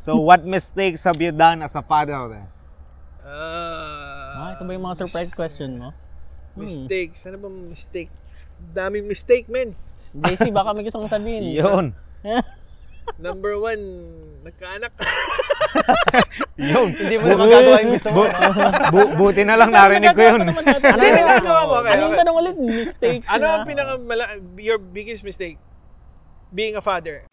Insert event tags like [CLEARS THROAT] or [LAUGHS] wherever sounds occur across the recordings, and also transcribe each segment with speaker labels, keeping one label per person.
Speaker 1: So what mistakes have you done as a father? then?
Speaker 2: Ah,
Speaker 3: Ah, ito ba yung mga surprise Hmm.
Speaker 2: mis-
Speaker 3: question mo?
Speaker 2: Mistakes. Ano bang mistake? Daming mistake, men.
Speaker 3: JC, baka may gusto mong sabihin. [LAUGHS]
Speaker 1: Yun.
Speaker 2: Number one, nagkaanak. [LAUGHS]
Speaker 1: Yun.
Speaker 4: Hindi mo naman gagawa yung gusto mo.
Speaker 1: Bu- bu- buti na lang narinig ko yun.
Speaker 2: Hindi, nagkagawa mo. Okay,
Speaker 3: Anong
Speaker 2: okay.
Speaker 3: tanong ulit? Mistakes
Speaker 2: Ano
Speaker 3: na?
Speaker 2: ang pinaka your biggest mistake? Being a father.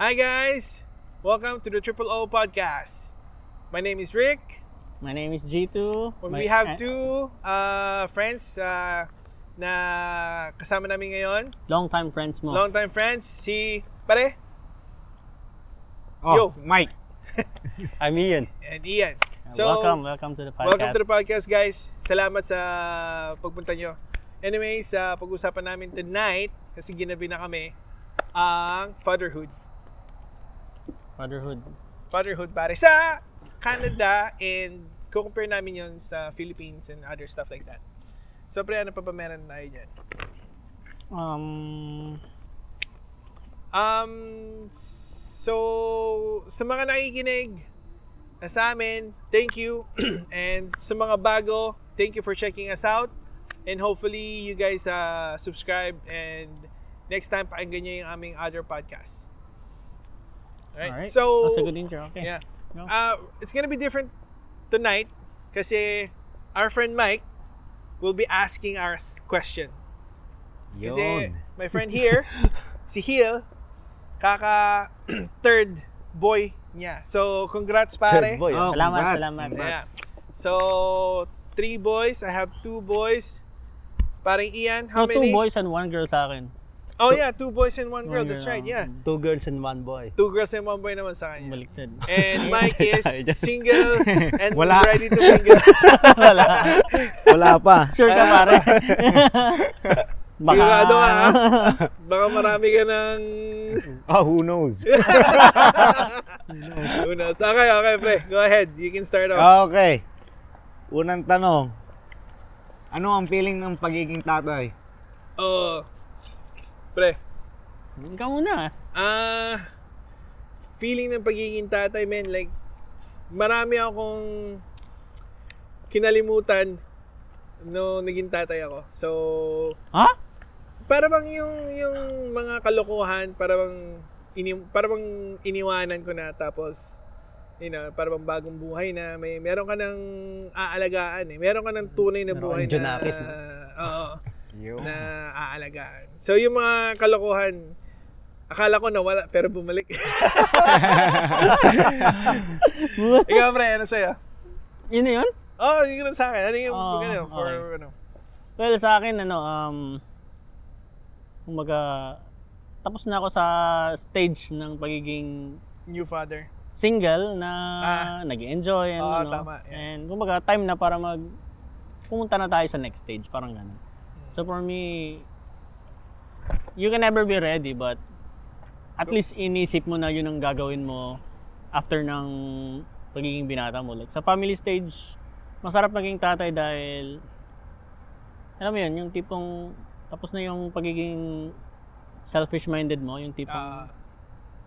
Speaker 2: Hi guys, welcome to the Triple O podcast. My name is Rick.
Speaker 3: My name is G2.
Speaker 2: Well,
Speaker 3: My-
Speaker 2: we have
Speaker 3: eh,
Speaker 2: two uh, friends uh, na kasama namin ngayon.
Speaker 3: Long time friends mo.
Speaker 2: Long time friends, si Pare Yo.
Speaker 1: [LAUGHS] Oh, Mike.
Speaker 4: I'm Ian.
Speaker 2: and Ian.
Speaker 3: Eh,
Speaker 2: So,
Speaker 3: welcome, welcome to the podcast.
Speaker 2: welcome to the podcast guys. Salamat sa pagpunta nyo. Anyway, sa pag-usapan namin tonight, kasi ginabi na kami, ang fatherhood.
Speaker 3: Fatherhood.
Speaker 2: Fatherhood pare sa Canada and compare namin yon sa Philippines and other stuff like that. So, pre, ano pa ba meron tayo dyan?
Speaker 3: Um,
Speaker 2: Um, so, sa mga nakikinig na sa amin, thank you. [CLEARS THROAT] and sa mga bago, thank you for checking us out. And hopefully, you guys uh, subscribe and next time, pakinggan nyo yung aming other podcast. Alright,
Speaker 3: alright.
Speaker 2: so,
Speaker 3: That's a good intro. Okay.
Speaker 2: yeah.
Speaker 3: Go.
Speaker 2: Uh, it's gonna be different tonight kasi our friend Mike will be asking us question. Kasi
Speaker 1: Yun.
Speaker 2: my friend here, si Hill, kaka [CLEARS THROAT] third boy niya. So, congrats pare.
Speaker 4: Third boy.
Speaker 1: Oh,
Speaker 3: Salamat,
Speaker 1: congrats,
Speaker 3: salamat.
Speaker 2: Yeah.
Speaker 1: congrats.
Speaker 2: So, three boys. I have two boys. Parang Ian, how
Speaker 3: So, two
Speaker 2: many?
Speaker 3: boys and one girl sa akin.
Speaker 2: Oh yeah, two boys and one girl.
Speaker 3: One
Speaker 2: That's right.
Speaker 3: girl, oh.
Speaker 2: Yeah.
Speaker 4: Two girls and one boy.
Speaker 2: Two girls and one boy naman sa kanya.
Speaker 3: Baliktad. [LAUGHS]
Speaker 2: And Mike is single and
Speaker 1: Wala.
Speaker 2: ready to mingle.
Speaker 3: Wala.
Speaker 1: Wala pa.
Speaker 3: Sure ka,
Speaker 2: [LAUGHS]
Speaker 3: pare. [LAUGHS] Baka-
Speaker 2: Sigurado ka, ha? Baka marami ka ng...
Speaker 1: Oh, who knows?
Speaker 2: Una. So, okay, okay, pre. Go ahead. You can start
Speaker 1: Ah.
Speaker 2: off.
Speaker 1: Okay. Unang tanong. Ano ang feeling ng pagiging tatay?
Speaker 2: Oo. pre.
Speaker 3: Ikaw muna.
Speaker 2: Ah, feeling ng pagiging tatay, men, like, marami akong kinalimutan no naging tatay ako. So,
Speaker 3: Ha?
Speaker 2: para bang yung yung mga kalokohan, para bang ini para bang iniwanan ko na tapos you know, para bang bagong buhay na may meron ka ng aalagaan eh. Meron ka ng tunay na
Speaker 4: Meron
Speaker 2: buhay
Speaker 4: kang
Speaker 2: na
Speaker 4: Junakis, no?
Speaker 2: Oo
Speaker 1: Yun.
Speaker 2: na aalagaan. So yung mga kalokohan, akala ko nawala pero
Speaker 3: [LAUGHS]
Speaker 2: bumalik. Ikaw pre, ano sa'yo?
Speaker 3: Yun na yun?
Speaker 2: Oh, yung ganun sa akin. Ano yung
Speaker 3: Oh,
Speaker 2: ano, for
Speaker 3: okay.
Speaker 2: ano?
Speaker 3: Well, sa akin, ano, um, kumbaga, tapos na ako sa stage ng pagiging
Speaker 2: New father.
Speaker 3: single na
Speaker 2: Ah.
Speaker 3: nag enjoy and
Speaker 2: Oo,
Speaker 3: ano.
Speaker 2: tama, yeah.
Speaker 3: And kumbaga, time na para mag, pumunta na tayo sa next stage, parang ganun.
Speaker 2: Hmm.
Speaker 3: So for me, you can never be ready, but at least inisip mo na yun ang gagawin mo after ng pagiging binata mo. Like, sa family stage, masarap naging tatay dahil, alam mo yun, yung tipong, tapos na yung pagiging selfish-minded mo, yung tipong
Speaker 2: Ah,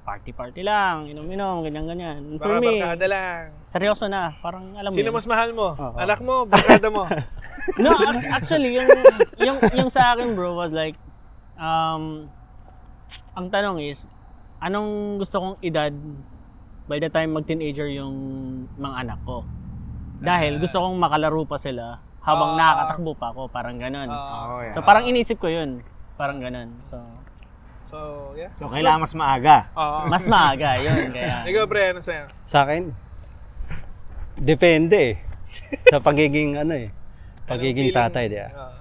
Speaker 3: party-party lang, inom-inom, ganyan-ganyan.
Speaker 2: baka
Speaker 3: For me,
Speaker 2: barkada lang.
Speaker 3: seryoso na, parang alam mo
Speaker 2: Sino
Speaker 3: yun.
Speaker 2: mas mahal mo?
Speaker 3: Oo.
Speaker 2: Anak mo? Barkada mo?
Speaker 3: No,
Speaker 2: [LAUGHS]
Speaker 3: ac- actually, yung, yung, yung sa akin, bro, was like, um, ang tanong is, anong gusto kong edad by the time mag-teenager yung mga anak ko? Dahil gusto kong makalaro pa sila
Speaker 2: Ah.
Speaker 3: habang nakakatakbo pa ako, parang ganun.
Speaker 2: Ah,
Speaker 1: Okay.
Speaker 3: so, parang inisip ko yun. Parang ganun. So,
Speaker 2: so, yeah.
Speaker 1: So, kailangan mas maaga.
Speaker 2: Oo.
Speaker 3: mas maaga, yun.
Speaker 2: [LAUGHS]
Speaker 3: Kaya,
Speaker 2: Ikaw pre, ano sa'yo?
Speaker 4: Sa akin, depende eh. Sa pagiging ano eh.
Speaker 2: Anong
Speaker 4: Pagiging
Speaker 2: feeling-
Speaker 4: tatay, di ba?
Speaker 2: Oo.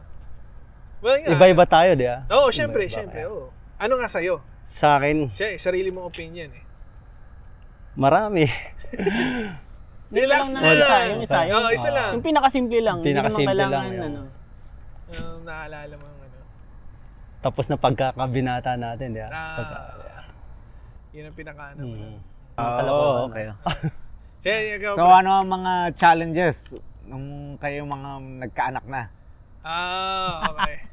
Speaker 2: well, yeah.
Speaker 4: Iba-iba tayo, di ba?
Speaker 2: Oo, oh, syempre,
Speaker 4: Iba-iba
Speaker 2: syempre.
Speaker 4: kaya.
Speaker 2: Oo. Ano nga sa'yo?
Speaker 4: Sa akin,
Speaker 2: Siya, eh, sarili mong opinion eh.
Speaker 4: marami.
Speaker 2: Relax na!
Speaker 3: lang naman isa, yung isa, yung-
Speaker 2: Oo, isa lang.
Speaker 3: yung pinakasimple lang. hindi naman
Speaker 4: Pinakasimple lang,
Speaker 3: kailangan,
Speaker 4: yun.
Speaker 3: Ano,
Speaker 2: Ano naalala mo yung ano?
Speaker 4: Tapos na pagkakabinata natin, di ba?
Speaker 2: Ah,
Speaker 4: Pagka-
Speaker 2: yun ang pinaka ano. mo na.
Speaker 4: Mm. Oo, okay.
Speaker 2: Sige, ikaw,
Speaker 1: So
Speaker 2: pre.
Speaker 1: ano ang mga challenges nung kayo mga nagkaanak na?
Speaker 2: Ah, okay.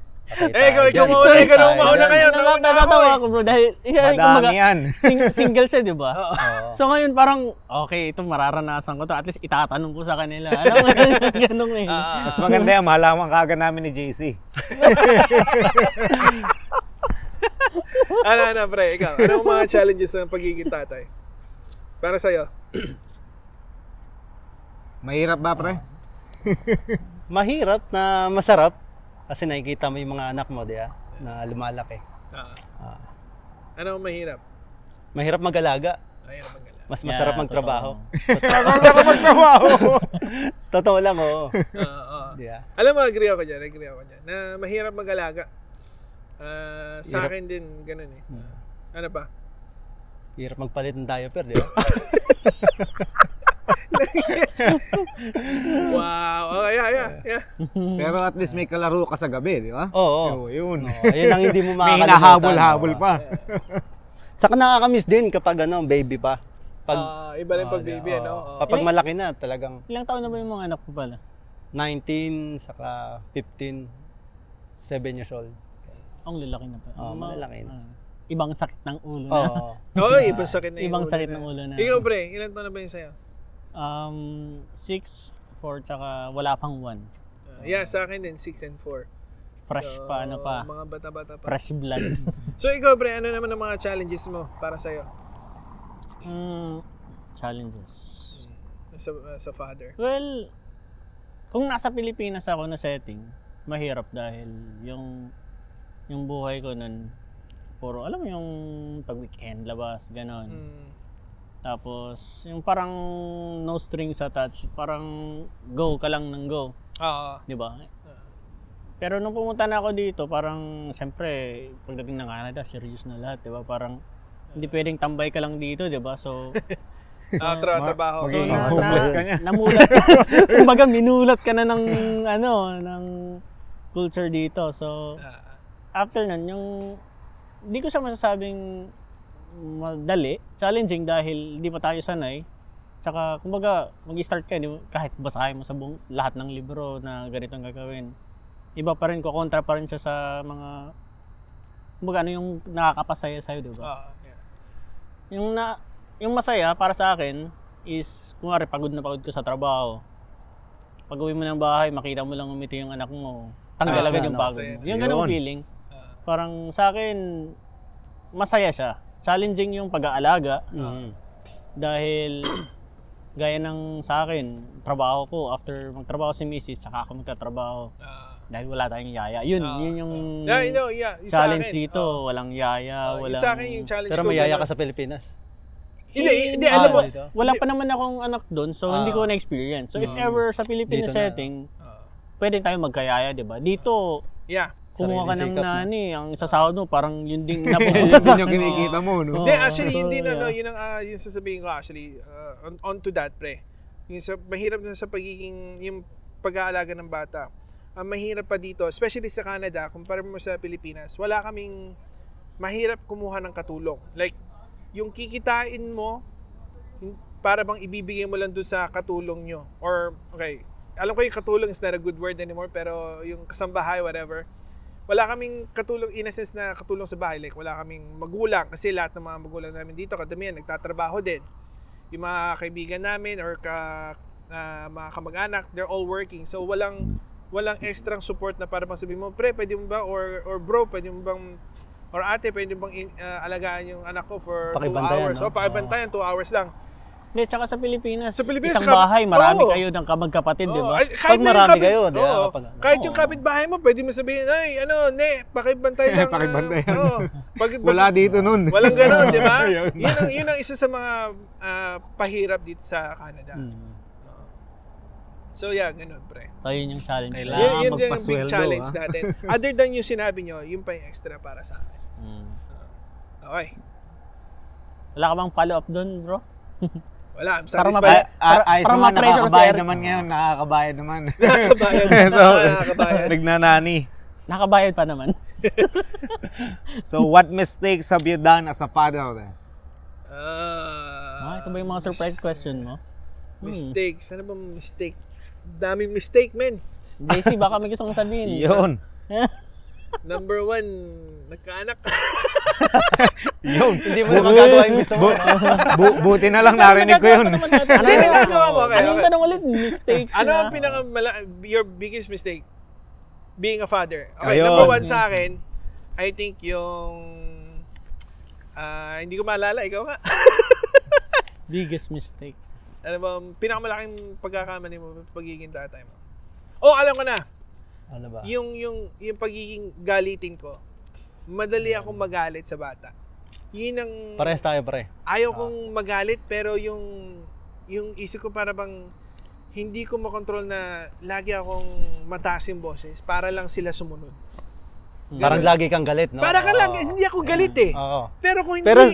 Speaker 2: Eh,
Speaker 4: Patay
Speaker 2: ikaw,
Speaker 4: tayo
Speaker 2: ikaw
Speaker 4: dyan.
Speaker 2: mauna,
Speaker 4: Patay
Speaker 2: ikaw na
Speaker 4: tayo
Speaker 2: mauna
Speaker 4: dyan.
Speaker 2: kayo.
Speaker 3: Nat-
Speaker 2: nauna ako
Speaker 3: Natatawa
Speaker 2: eh.
Speaker 3: ako bro dahil isa
Speaker 1: Madami
Speaker 3: kumbaga,
Speaker 1: yan.
Speaker 3: sing- single siya, di ba?
Speaker 2: Oo.
Speaker 4: Oo.
Speaker 3: So ngayon parang, okay, ito mararanasan ko to. At least itatanong ko sa kanila. [LAUGHS] Alam mo, ganun eh.
Speaker 2: Ah,
Speaker 1: Mas maganda yan, mahalaman kaagad namin ni JC.
Speaker 2: ano, ano, pre, ikaw. Ano ang mga challenges ng pagiging tatay? Para sa'yo.
Speaker 1: Mahirap ba, pre?
Speaker 4: Mahirap na masarap kasi nakikita mo yung mga anak mo, di ba? Na lumalaki.
Speaker 2: Ah.
Speaker 4: Ah.
Speaker 2: Ano ang mahirap?
Speaker 4: Mahirap mag-alaga.
Speaker 2: Mahirap ang gala.
Speaker 4: Mas masarap
Speaker 3: Yeah,
Speaker 4: magtrabaho.
Speaker 1: Masarap magtrabaho.
Speaker 4: Totoo lang, oo.
Speaker 2: Ah, ah.
Speaker 4: Di ba?
Speaker 2: Alam mo, agree ako dyan, agree ako dyan. Na mahirap mag-alaga. Ah, sa
Speaker 4: Hirap.
Speaker 2: akin din, ganun eh. Ano pa?
Speaker 4: Hirap magpalit ng diaper, di ba?
Speaker 2: Wow. Okay, yeah, yeah, yeah.
Speaker 1: Pero at least may kalaro ka sa gabi, di ba?
Speaker 4: Oo.
Speaker 1: Yo, Yun.
Speaker 4: Oo, Ayun ang hindi mo
Speaker 1: May
Speaker 4: makakalimutan.
Speaker 1: hinahabol-habol
Speaker 4: Oo.
Speaker 1: pa.
Speaker 4: Saka nakakamiss din kapag ano, baby pa. Pag,
Speaker 2: Ah, iba rin
Speaker 4: Oo,
Speaker 2: pag
Speaker 4: di-
Speaker 2: baby,
Speaker 4: oo.
Speaker 2: ano? Oo.
Speaker 4: Kapag malaki na, talagang
Speaker 3: Ilang taon na ba yung mga anak ko pala?
Speaker 4: 19, saka 15, 7 years old.
Speaker 3: Oh, Ang lalaki na pa.
Speaker 4: Oo,
Speaker 3: Ang mga-
Speaker 4: malalaki na.
Speaker 3: ah, ibang sakit ng ulo na.
Speaker 4: Oo.
Speaker 2: Oo, ibang sakit na yung
Speaker 3: [LAUGHS] ibang
Speaker 2: ulo
Speaker 3: sakit
Speaker 2: na.
Speaker 3: ng ulo na.
Speaker 2: Oh. Ikaw, pre, ilan taon na ba yun sa'yo?
Speaker 3: Um, six, four, tsaka wala pang one.
Speaker 2: Ah, yeah, sa akin din, 6 and 4.
Speaker 3: Fresh pa, ano pa.
Speaker 2: Mga bata-bata pa.
Speaker 3: Fresh blood.
Speaker 2: So ikaw, pre, ano naman ang mga challenges mo para sa'yo
Speaker 3: Mm, challenges.
Speaker 2: sa, ah, sa father?
Speaker 3: Well, kung nasa Pilipinas ako na setting, mahirap dahil yung yung buhay ko nun, puro, alam mo yung pag-weekend, labas, ganon.
Speaker 2: Mm.
Speaker 3: Tapos, yung parang no strings attached, parang go ka lang ng go,
Speaker 2: Oo.
Speaker 3: [LAUGHS] di ba? Pero nung pumunta na ako dito, parang syempre, pagdating ng Canada, serious na lahat, di ba? Parang hindi pwedeng tambay ka lang dito, di ba? So,
Speaker 2: Ah, tra- trabaho.
Speaker 1: Magiging
Speaker 3: na- na-
Speaker 1: homeless ka niya.
Speaker 3: Namulat. [LAUGHS] Kumbaga minulat ka na ng ano, ng culture dito. So
Speaker 2: Ah,
Speaker 3: after nun, yung hindi ko siya masasabing madali, challenging dahil hindi pa tayo sanay. Tsaka, kumbaga, mag-start ka, di mo, kahit basahin mo sa buong lahat ng libro na ganito ang gagawin. Iba pa rin, kukontra pa rin siya sa mga, kumbaga, ano yung nakakapasaya sa'yo, di ba?
Speaker 2: ah, yeah.
Speaker 3: Yung na yung masaya para sa akin is kunwari pagod na pagod ko sa trabaho. Pag uwi mo ng bahay, makita mo lang umiti yung anak mo. Tanggal
Speaker 4: Ah,
Speaker 3: agad yung
Speaker 4: ano,
Speaker 3: pagod
Speaker 2: masaya
Speaker 3: mo.
Speaker 2: na
Speaker 3: Yung ganung
Speaker 1: yun.
Speaker 3: feeling.
Speaker 2: Ah.
Speaker 3: Parang sa akin, masaya siya. Challenging yung pag-aalaga
Speaker 2: Ah.
Speaker 4: Mhm.
Speaker 3: dahil [CLEARS THROAT] gaya ng sa akin, trabaho ko, after magtrabaho si misis, tsaka ako magtatrabaho
Speaker 2: ah.
Speaker 3: dahil wala tayong yaya. Yun,
Speaker 2: Ah,
Speaker 3: yun yung
Speaker 2: Yeah, you know, yeah. isa
Speaker 3: challenge
Speaker 2: akin.
Speaker 3: dito.
Speaker 2: Oo.
Speaker 3: Walang yaya,
Speaker 2: Oo,
Speaker 3: walang...
Speaker 2: isa akin yung challenge
Speaker 4: Ah, Pero
Speaker 2: ko.
Speaker 4: mayaya ka
Speaker 2: ganun. ano
Speaker 4: sa Pilipinas.
Speaker 2: Hindi,
Speaker 3: Eh,
Speaker 2: hindi, Ah. alam
Speaker 3: ah,
Speaker 2: mo.
Speaker 4: dito?
Speaker 3: Wala pa naman akong anak doon, so hindi
Speaker 4: Ah.
Speaker 3: ko na-experience. So if
Speaker 4: Mm.
Speaker 3: ever sa Filipino
Speaker 4: Dito na.
Speaker 3: setting,
Speaker 2: Ah.
Speaker 3: pwede tayong magkayaya, di ba? Dito,
Speaker 2: yeah.
Speaker 3: kumuha ka
Speaker 4: Sarili
Speaker 3: ng
Speaker 4: sikap na.
Speaker 3: nani, ang sasahod mo, parang yun
Speaker 2: [LAUGHS]
Speaker 3: ding
Speaker 1: Yun
Speaker 3: napunta sa
Speaker 1: din yung
Speaker 3: akin.
Speaker 1: kinikita mo, no?
Speaker 4: Oh,
Speaker 3: Oo.
Speaker 2: Hindi, actually,
Speaker 3: so,
Speaker 2: hindi na, no,
Speaker 3: yeah.
Speaker 2: yun ang ah, yun sasabihin ko actually. ah, on, on to that, pre. Yung sa, mahirap na sa pagiging, yung pag-aalaga ng bata. Ang mahirap pa dito, especially sa Canada, kumpara mo sa Pilipinas, wala kaming mahirap kumuha ng katulong. Like, yung kikitain mo, yung- para bang ibibigay mo lang doon sa katulong nyo. Or, okay, alam ko yung katulong is not a good word anymore, pero yung kasambahay, whatever, wala kaming katulong, in a sense na katulong sa bahay. Like, wala kaming magulang kasi lahat ng mga magulang namin dito, kadamihan, nagtatrabaho din. Yung mga kaibigan namin or ka, ah, mga kamag-anak, they're all working. So, walang walang extra support na para bang sabihin mo, pre, pwede mo ba, or, or bro, pwede mo bang, or ate, pwede mo bang in- ah, alagaan yung anak ko for two
Speaker 4: Pakibantayan,
Speaker 2: hours? O,
Speaker 4: no?
Speaker 2: pakibantayan, two hours lang.
Speaker 3: Hindi, tsaka sa Pilipinas,
Speaker 2: Sa Pilipinas,
Speaker 3: isang
Speaker 2: kap-
Speaker 3: bahay, marami
Speaker 2: Oo.
Speaker 3: kayo ng kamagkapatid, di
Speaker 2: Oo,
Speaker 3: ba?
Speaker 2: ay, kahit na
Speaker 4: Pag
Speaker 2: yung
Speaker 4: marami
Speaker 2: kapit-
Speaker 4: kayo, di ba,
Speaker 2: oo,
Speaker 4: kapag ano.
Speaker 2: kahit yung
Speaker 3: Oo.
Speaker 2: kapitbahay mo, pwede mo sabihin, ay, ano, ne, pakibantay
Speaker 1: Eh,
Speaker 2: lang. ah."
Speaker 1: pakibantayan.
Speaker 2: Oo. Pag-
Speaker 1: Wala dito nun.
Speaker 2: Walang ganun, di ba?
Speaker 1: Yun.
Speaker 2: yun, ang, yun ang isa sa mga ah, pahirap dito sa Canada.
Speaker 4: Mm.
Speaker 2: So yeah, ganun, pre.
Speaker 3: So yun yung challenge. ko.
Speaker 1: Kailangan-
Speaker 2: Yun,
Speaker 1: Ah,
Speaker 2: yun din ang big
Speaker 1: magpasweldo,
Speaker 2: challenge
Speaker 1: ah.
Speaker 2: natin. Other than yung sinabi nyo, yun pa yung extra para sa akin. Ah,
Speaker 3: Mm.
Speaker 2: Okay.
Speaker 3: Wala ka bang follow-up doon, bro?
Speaker 2: Wala, I'm
Speaker 3: Para
Speaker 2: satisfied. [LAUGHS]
Speaker 3: mapa-
Speaker 1: Ah,
Speaker 3: Para-
Speaker 1: Ayos
Speaker 3: para
Speaker 1: naman,
Speaker 3: ma-pressure ko si
Speaker 1: nakakabayad
Speaker 3: Eric.
Speaker 1: naman ngayon, nakakabayad [LAUGHS] naman.
Speaker 2: Nakakabayan.
Speaker 1: so,
Speaker 2: Nakakabayan.
Speaker 1: [LAUGHS] nagnanani.
Speaker 3: Nakabayad pa naman.
Speaker 1: So, what mistakes have you done as a father?
Speaker 2: Ah,
Speaker 3: ito ba yung mga surprise question mo? Hmm.
Speaker 2: Mistakes. Ano ba mistake? Daming mistake, men.
Speaker 3: JC, baka may gusto mong sabihin. [LAUGHS]
Speaker 1: Yun.
Speaker 3: Ano
Speaker 2: Number one, nagkaanak. [LAUGHS]
Speaker 1: Yun.
Speaker 4: Hindi mo naman gagawa yung gusto mo.
Speaker 1: Bu- bu- buti na lang narinig ko yun.
Speaker 2: Hindi, nagagawa mo. Okay,
Speaker 3: Anong
Speaker 2: okay.
Speaker 3: tanong ulit? Mistakes
Speaker 2: Ano
Speaker 3: na?
Speaker 2: ang pinaka your biggest mistake being a father? Okay,
Speaker 1: Ayun.
Speaker 2: number one sa akin, I think yung ah, hindi ko maalala, ikaw nga. [LAUGHS]
Speaker 3: Biggest mistake.
Speaker 2: ano ba, ang pinakamalaking pagkakamali mo pagiging tatay mo. Oh, alam ko na.
Speaker 4: Ano ba?
Speaker 2: Yung yung yung pagiging galitin ko. Madali akong magalit sa bata. Yun ang
Speaker 4: Parehas tayo, pare.
Speaker 2: ayaw kong magalit pero yung yung isip ko para bang hindi ko makontrol na lagi akong mataas yung boses para lang sila sumunod.
Speaker 4: Parang lagi kang galit, no?
Speaker 2: Para ka lang,
Speaker 4: Oo. Mm.
Speaker 2: hindi ako galit eh.
Speaker 4: Oo.
Speaker 2: Pero kung hindi,
Speaker 4: Pero-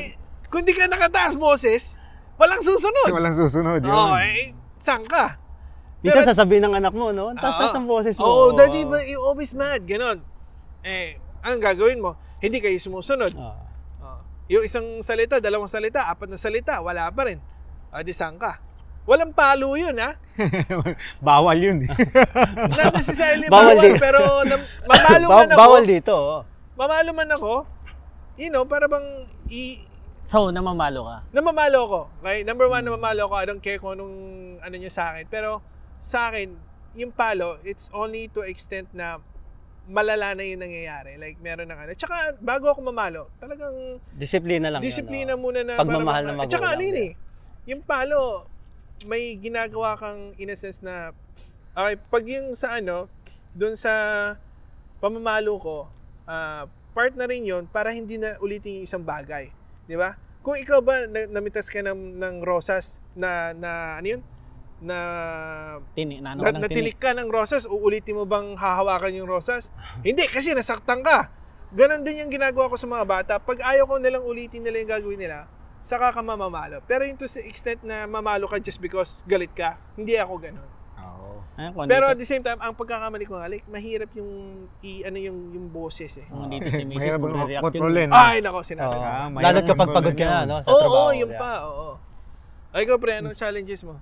Speaker 2: kung hindi ka nakataas boses, walang susunod.
Speaker 1: Walang susunod
Speaker 4: Diba
Speaker 1: yun.
Speaker 2: Oo, eh, saan ka?
Speaker 4: Minsan
Speaker 2: Pero-
Speaker 4: sasabihin ng anak mo, no? Ang taas-taas
Speaker 2: Oo.
Speaker 4: ng boses mo.
Speaker 2: Oh,
Speaker 4: Oo.
Speaker 2: daddy, but you always mad. Ganon. Eh, anong gagawin mo? Hindi kayo sumusunod.
Speaker 4: Oo.
Speaker 2: Oh. Yung isang salita, dalawang salita, apat na salita, wala pa rin. O, di saan ka? Walang palo yun, ha?
Speaker 1: [LAUGHS] Bawal yun.
Speaker 2: Not necessarily bawal,
Speaker 4: Bawal din.
Speaker 2: pero nam- mamalo
Speaker 4: Ba-
Speaker 2: man ako.
Speaker 4: bawal dito. oo.
Speaker 2: Mamalo man ako, you know, para bang i-
Speaker 3: So, namamalo ka.
Speaker 2: namamalo ko. Okay? Number one, namamalo ko. I don't care kung anong ano nyo sa akin. Pero sa akin, yung palo, it's only to extent na malala na yung nangyayari. Like, meron ng ano. Tsaka, bago ako mamalo, talagang
Speaker 4: Disiplina lang. yun,
Speaker 2: disiplina
Speaker 4: oo.
Speaker 2: muna na
Speaker 4: Pagmamahal
Speaker 2: para
Speaker 4: ng
Speaker 2: ma- At Tsaka ano
Speaker 4: magulang,
Speaker 2: yun
Speaker 4: yeah.
Speaker 2: eh. Yung palo, may ginagawa kang in a sense na, okay, pag yung sa ano, dun sa pamamalo ko, ah, part na rin yun para hindi na ulitin yung isang bagay. Di ba? Kung ikaw ba na, namitas ka ng, ng rosas na, na ano yun? Na,
Speaker 3: Tini, na ano
Speaker 2: na
Speaker 3: ka ng tini.
Speaker 2: natinik ka ng rosas, uulitin mo bang hahawakan yung rosas? Hindi, kasi nasaktan ka. Ganon din yung ginagawa ko sa mga bata. Pag ayaw ko nilang ulitin nila yung gagawin nila, saka ka mamamalo. Pero yung to the extent na mamalo ka just because galit ka, hindi ako ganon.
Speaker 1: Oo.
Speaker 3: Ayan, kung
Speaker 2: Pero at
Speaker 3: andito-
Speaker 2: the same time, ang pagkakamali ko nga, like, mahirap yung, i, ano yung, yung boses eh.
Speaker 3: kung andito si Mrs.
Speaker 1: Mahirap ang eh,
Speaker 3: magre-react yun.
Speaker 1: kontrolin.
Speaker 2: Ay, nako, sinabi
Speaker 4: Mm. Oo.
Speaker 2: ko.
Speaker 1: Ah,
Speaker 4: Lalo't
Speaker 1: mayroon
Speaker 4: kapag
Speaker 1: yung
Speaker 4: pagod ka na,
Speaker 1: ganun.
Speaker 4: no? Sa
Speaker 2: Oo,
Speaker 4: trabaho.
Speaker 2: oo, yun
Speaker 4: yeah.
Speaker 2: pa, oo. Ay, ko pre, anong challenges mo?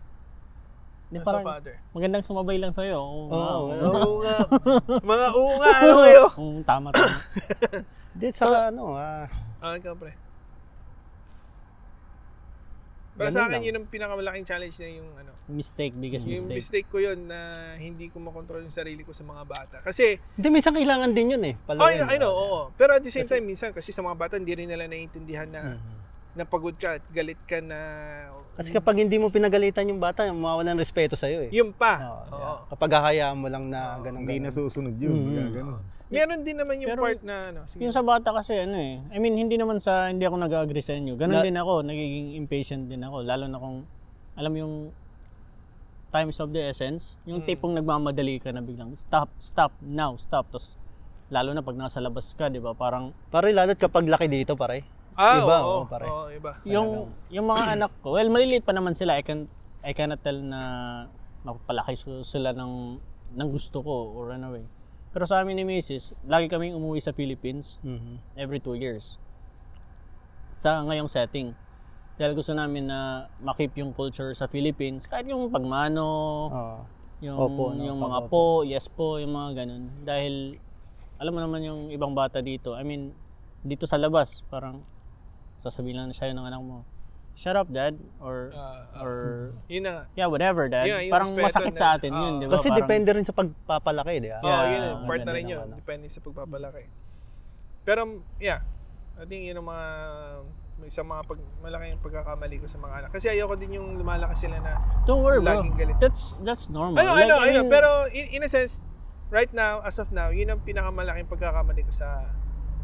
Speaker 3: Di,
Speaker 2: as a
Speaker 3: parang
Speaker 2: father.
Speaker 3: magandang sumabay lang sa'yo. Oo,
Speaker 4: Oo,
Speaker 3: wow.
Speaker 4: ganun.
Speaker 2: Oo nga. [LAUGHS] Mga oo nga, ano kayo?
Speaker 3: Oo, tama, tama.
Speaker 4: Di, saka ano, ah,
Speaker 2: Ah, ikaw, pre. Para
Speaker 4: Ganun
Speaker 2: sa akin,
Speaker 4: lang.
Speaker 2: yun ang pinakamalaking challenge na yung ano.
Speaker 3: Mistake, biggest
Speaker 2: Yung
Speaker 3: mistake.
Speaker 2: mistake ko yun na hindi ko makontrol yung sarili ko sa mga bata. Kasi,
Speaker 4: Hindi, minsan kailangan din yun eh.
Speaker 2: oh, I
Speaker 4: Paluin,
Speaker 2: know, I know,
Speaker 4: oo.
Speaker 2: oo. Pero at the same time, minsan kasi sa mga bata, hindi rin nila naiintindihan na
Speaker 4: Mm.
Speaker 2: napagod ka at galit ka na
Speaker 4: Hmm. Kasi kapag hindi mo pinagalitan yung bata, mawawalan ng respeto sa'yo eh.
Speaker 2: yun pa.
Speaker 4: Oo,
Speaker 2: Oo.
Speaker 4: yeah. Kapag hahayaan mo lang na ganun
Speaker 1: Hindi na
Speaker 4: ganun.
Speaker 1: susunod yun.
Speaker 4: Mm.
Speaker 1: Kaya ganun.
Speaker 2: Meron din naman yung
Speaker 3: Pero-
Speaker 2: part na ano. Sige.
Speaker 3: Yung sa bata kasi ano eh. I mean, hindi naman sa hindi ako nag-agree sa inyo. Ganun
Speaker 4: Na-
Speaker 3: din ako, nagiging impatient din ako lalo na kung alam mo yung times of the essence, yung
Speaker 2: Mm.
Speaker 3: tipong nagmamadali ka na biglang stop, stop now, stop. Tapos lalo na pag nasa labas ka, 'di ba? Parang
Speaker 4: Pare, lalo't kapag laki dito, pare.
Speaker 2: ah,
Speaker 4: iba,
Speaker 2: oo,
Speaker 4: oo, pare.
Speaker 2: oo, iba.
Speaker 3: yung yung mga anak ko, well, maliliit pa naman sila. I can I cannot tell na napapalaki su- sila ng ng gusto ko or ano eh. Pero sa amin ni Mrs., lagi kaming umuwi sa Philippines
Speaker 2: Mm-hmm.
Speaker 4: Mhm.
Speaker 3: every two years sa ngayong setting. Dahil gusto namin na makip yung culture sa Philippines, kahit yung pagmano,
Speaker 4: Oo.
Speaker 3: yung,
Speaker 4: Opo, no,
Speaker 3: yung mga po,
Speaker 4: pag-opo.
Speaker 3: yes po, yung mga ganun. Dahil, alam mo naman yung ibang bata dito, I mean, dito sa labas, parang sasabihin lang siya ng anak mo, shut up dad, or,
Speaker 2: Ah, ah.
Speaker 3: or,
Speaker 2: yun na nga.
Speaker 3: yeah, whatever dad.
Speaker 2: uh, Yeah, yung
Speaker 3: parang
Speaker 2: respeto
Speaker 3: masakit
Speaker 2: na-
Speaker 3: sa atin yun,
Speaker 2: Oo.
Speaker 3: di ba?
Speaker 4: Kasi
Speaker 3: Parang-
Speaker 4: depende rin sa pagpapalaki, di ba?
Speaker 2: Diba, Oo,
Speaker 3: Yeah,
Speaker 2: yun,
Speaker 3: ang
Speaker 2: part
Speaker 4: ganda
Speaker 2: na rin
Speaker 4: ng
Speaker 2: yun.
Speaker 4: ano.
Speaker 2: Depende sa pagpapalaki. Pero, yeah. I think yun ang mga isang mga pag, malaking pagkakamali ko sa mga anak. Kasi ayoko din yung lumalaki sila na
Speaker 3: Don't worry bro,
Speaker 2: laging galit.
Speaker 3: that's, that's normal.
Speaker 2: Ano,
Speaker 3: Hmm, Like,
Speaker 2: ano,
Speaker 3: I
Speaker 2: ano.
Speaker 3: mean,
Speaker 2: Pero in, in a sense, right now, as of now, yun ang pinakamalaking pagkakamali ko sa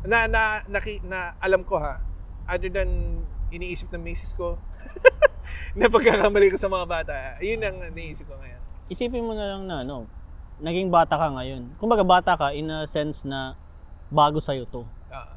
Speaker 2: na na, na, na alam ko ha. Other than iniisip ng misis ko [LAUGHS] na pagkakamali ko sa mga bata. Yun ang iniisip ko ngayon.
Speaker 3: isipin mo na lang na ano, naging bata ka ngayon. Kumbaga bata ka in a sense na bago sa to.
Speaker 2: Ah.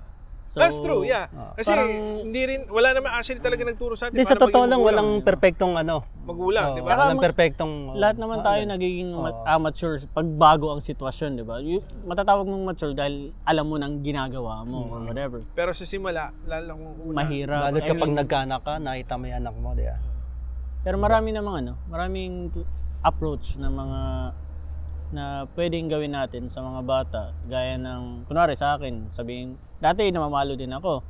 Speaker 3: So,
Speaker 2: That's true, yeah.
Speaker 4: ah.
Speaker 2: Kasi
Speaker 3: Parang-
Speaker 2: hindi rin, wala naman actually talaga nagturo sa atin.
Speaker 4: Hindi, sa
Speaker 2: paano
Speaker 4: totoo
Speaker 2: maging
Speaker 4: lang,
Speaker 2: magulang.
Speaker 4: walang perfectong ano.
Speaker 2: Magulang, diba?
Speaker 4: Oo,
Speaker 2: di ba?
Speaker 3: Tsaka
Speaker 4: Walang
Speaker 3: mag-
Speaker 4: perfectong...
Speaker 2: Oh,
Speaker 4: oo.
Speaker 3: Lahat naman
Speaker 4: Ah,
Speaker 3: tayo
Speaker 4: ganun.
Speaker 3: nagiging ah, mat-
Speaker 4: Oo.
Speaker 3: amateur pag bago ang sitwasyon, 'di ba? You- Matatawag mong mature dahil alam mo nang ginagawa mo or whatever.
Speaker 2: Pero sa simula, lalo lang kung Hmm. una.
Speaker 3: Mahirap.
Speaker 4: Lalo't
Speaker 3: I
Speaker 4: kapag
Speaker 3: mean,
Speaker 4: nagkaanak ka, nakita mo yung anak mo, di ba?
Speaker 3: Pero marami namang ano, maraming t- approach na mga na pwedeng gawin natin sa mga bata. Gaya ng, kunwari sa akin, sabihin, dati namamalo din ako.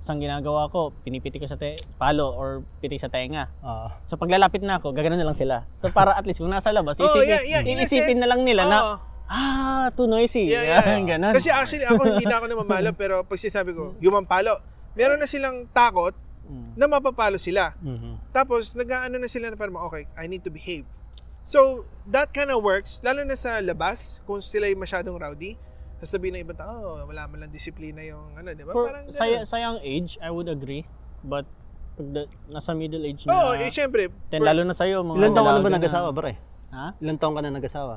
Speaker 3: Isang ginagawa ko, pinipiti ko sa te- palo or pitik sa tenga.
Speaker 4: Ah,
Speaker 3: So paglalapit na ako, gagano na lang sila. So para at least kung nasa labas,
Speaker 2: Oh,
Speaker 3: isipin,
Speaker 2: yeah, yeah, in a
Speaker 3: iisipin
Speaker 2: sense, oh,
Speaker 3: na lang nila na,
Speaker 2: oo.
Speaker 3: ah, too noisy.
Speaker 2: Yeah, yeah.
Speaker 3: [LAUGHS] Ganun.
Speaker 2: Kasi actually, ako hindi na ako namamalo, pero pag sinasabi ko, yumampalo, meron na silang takot
Speaker 3: Mm.
Speaker 2: na mapapalo sila.
Speaker 4: mhm.
Speaker 2: Tapos, nag-ano na sila na parang, okay, I need to behave. So, that kind of works, lalo na sa labas, kung sila ay masyadong rowdy, sasabihin ng ibang tao, oh, wala man lang disiplina yung ano, di ba?
Speaker 3: For,
Speaker 2: Parang
Speaker 3: sa,
Speaker 2: ganun.
Speaker 3: sa young age, I would agree. But pag da- nasa middle age na,
Speaker 2: Oo, oh, eh, syempre.
Speaker 3: then
Speaker 2: for-
Speaker 3: lalo na sa'yo, mga
Speaker 4: Ilan taon ka na ba
Speaker 3: dalaga
Speaker 4: nag-asawa, pre?
Speaker 3: ah. Ha?
Speaker 4: Ilan taon ka na nag-asawa?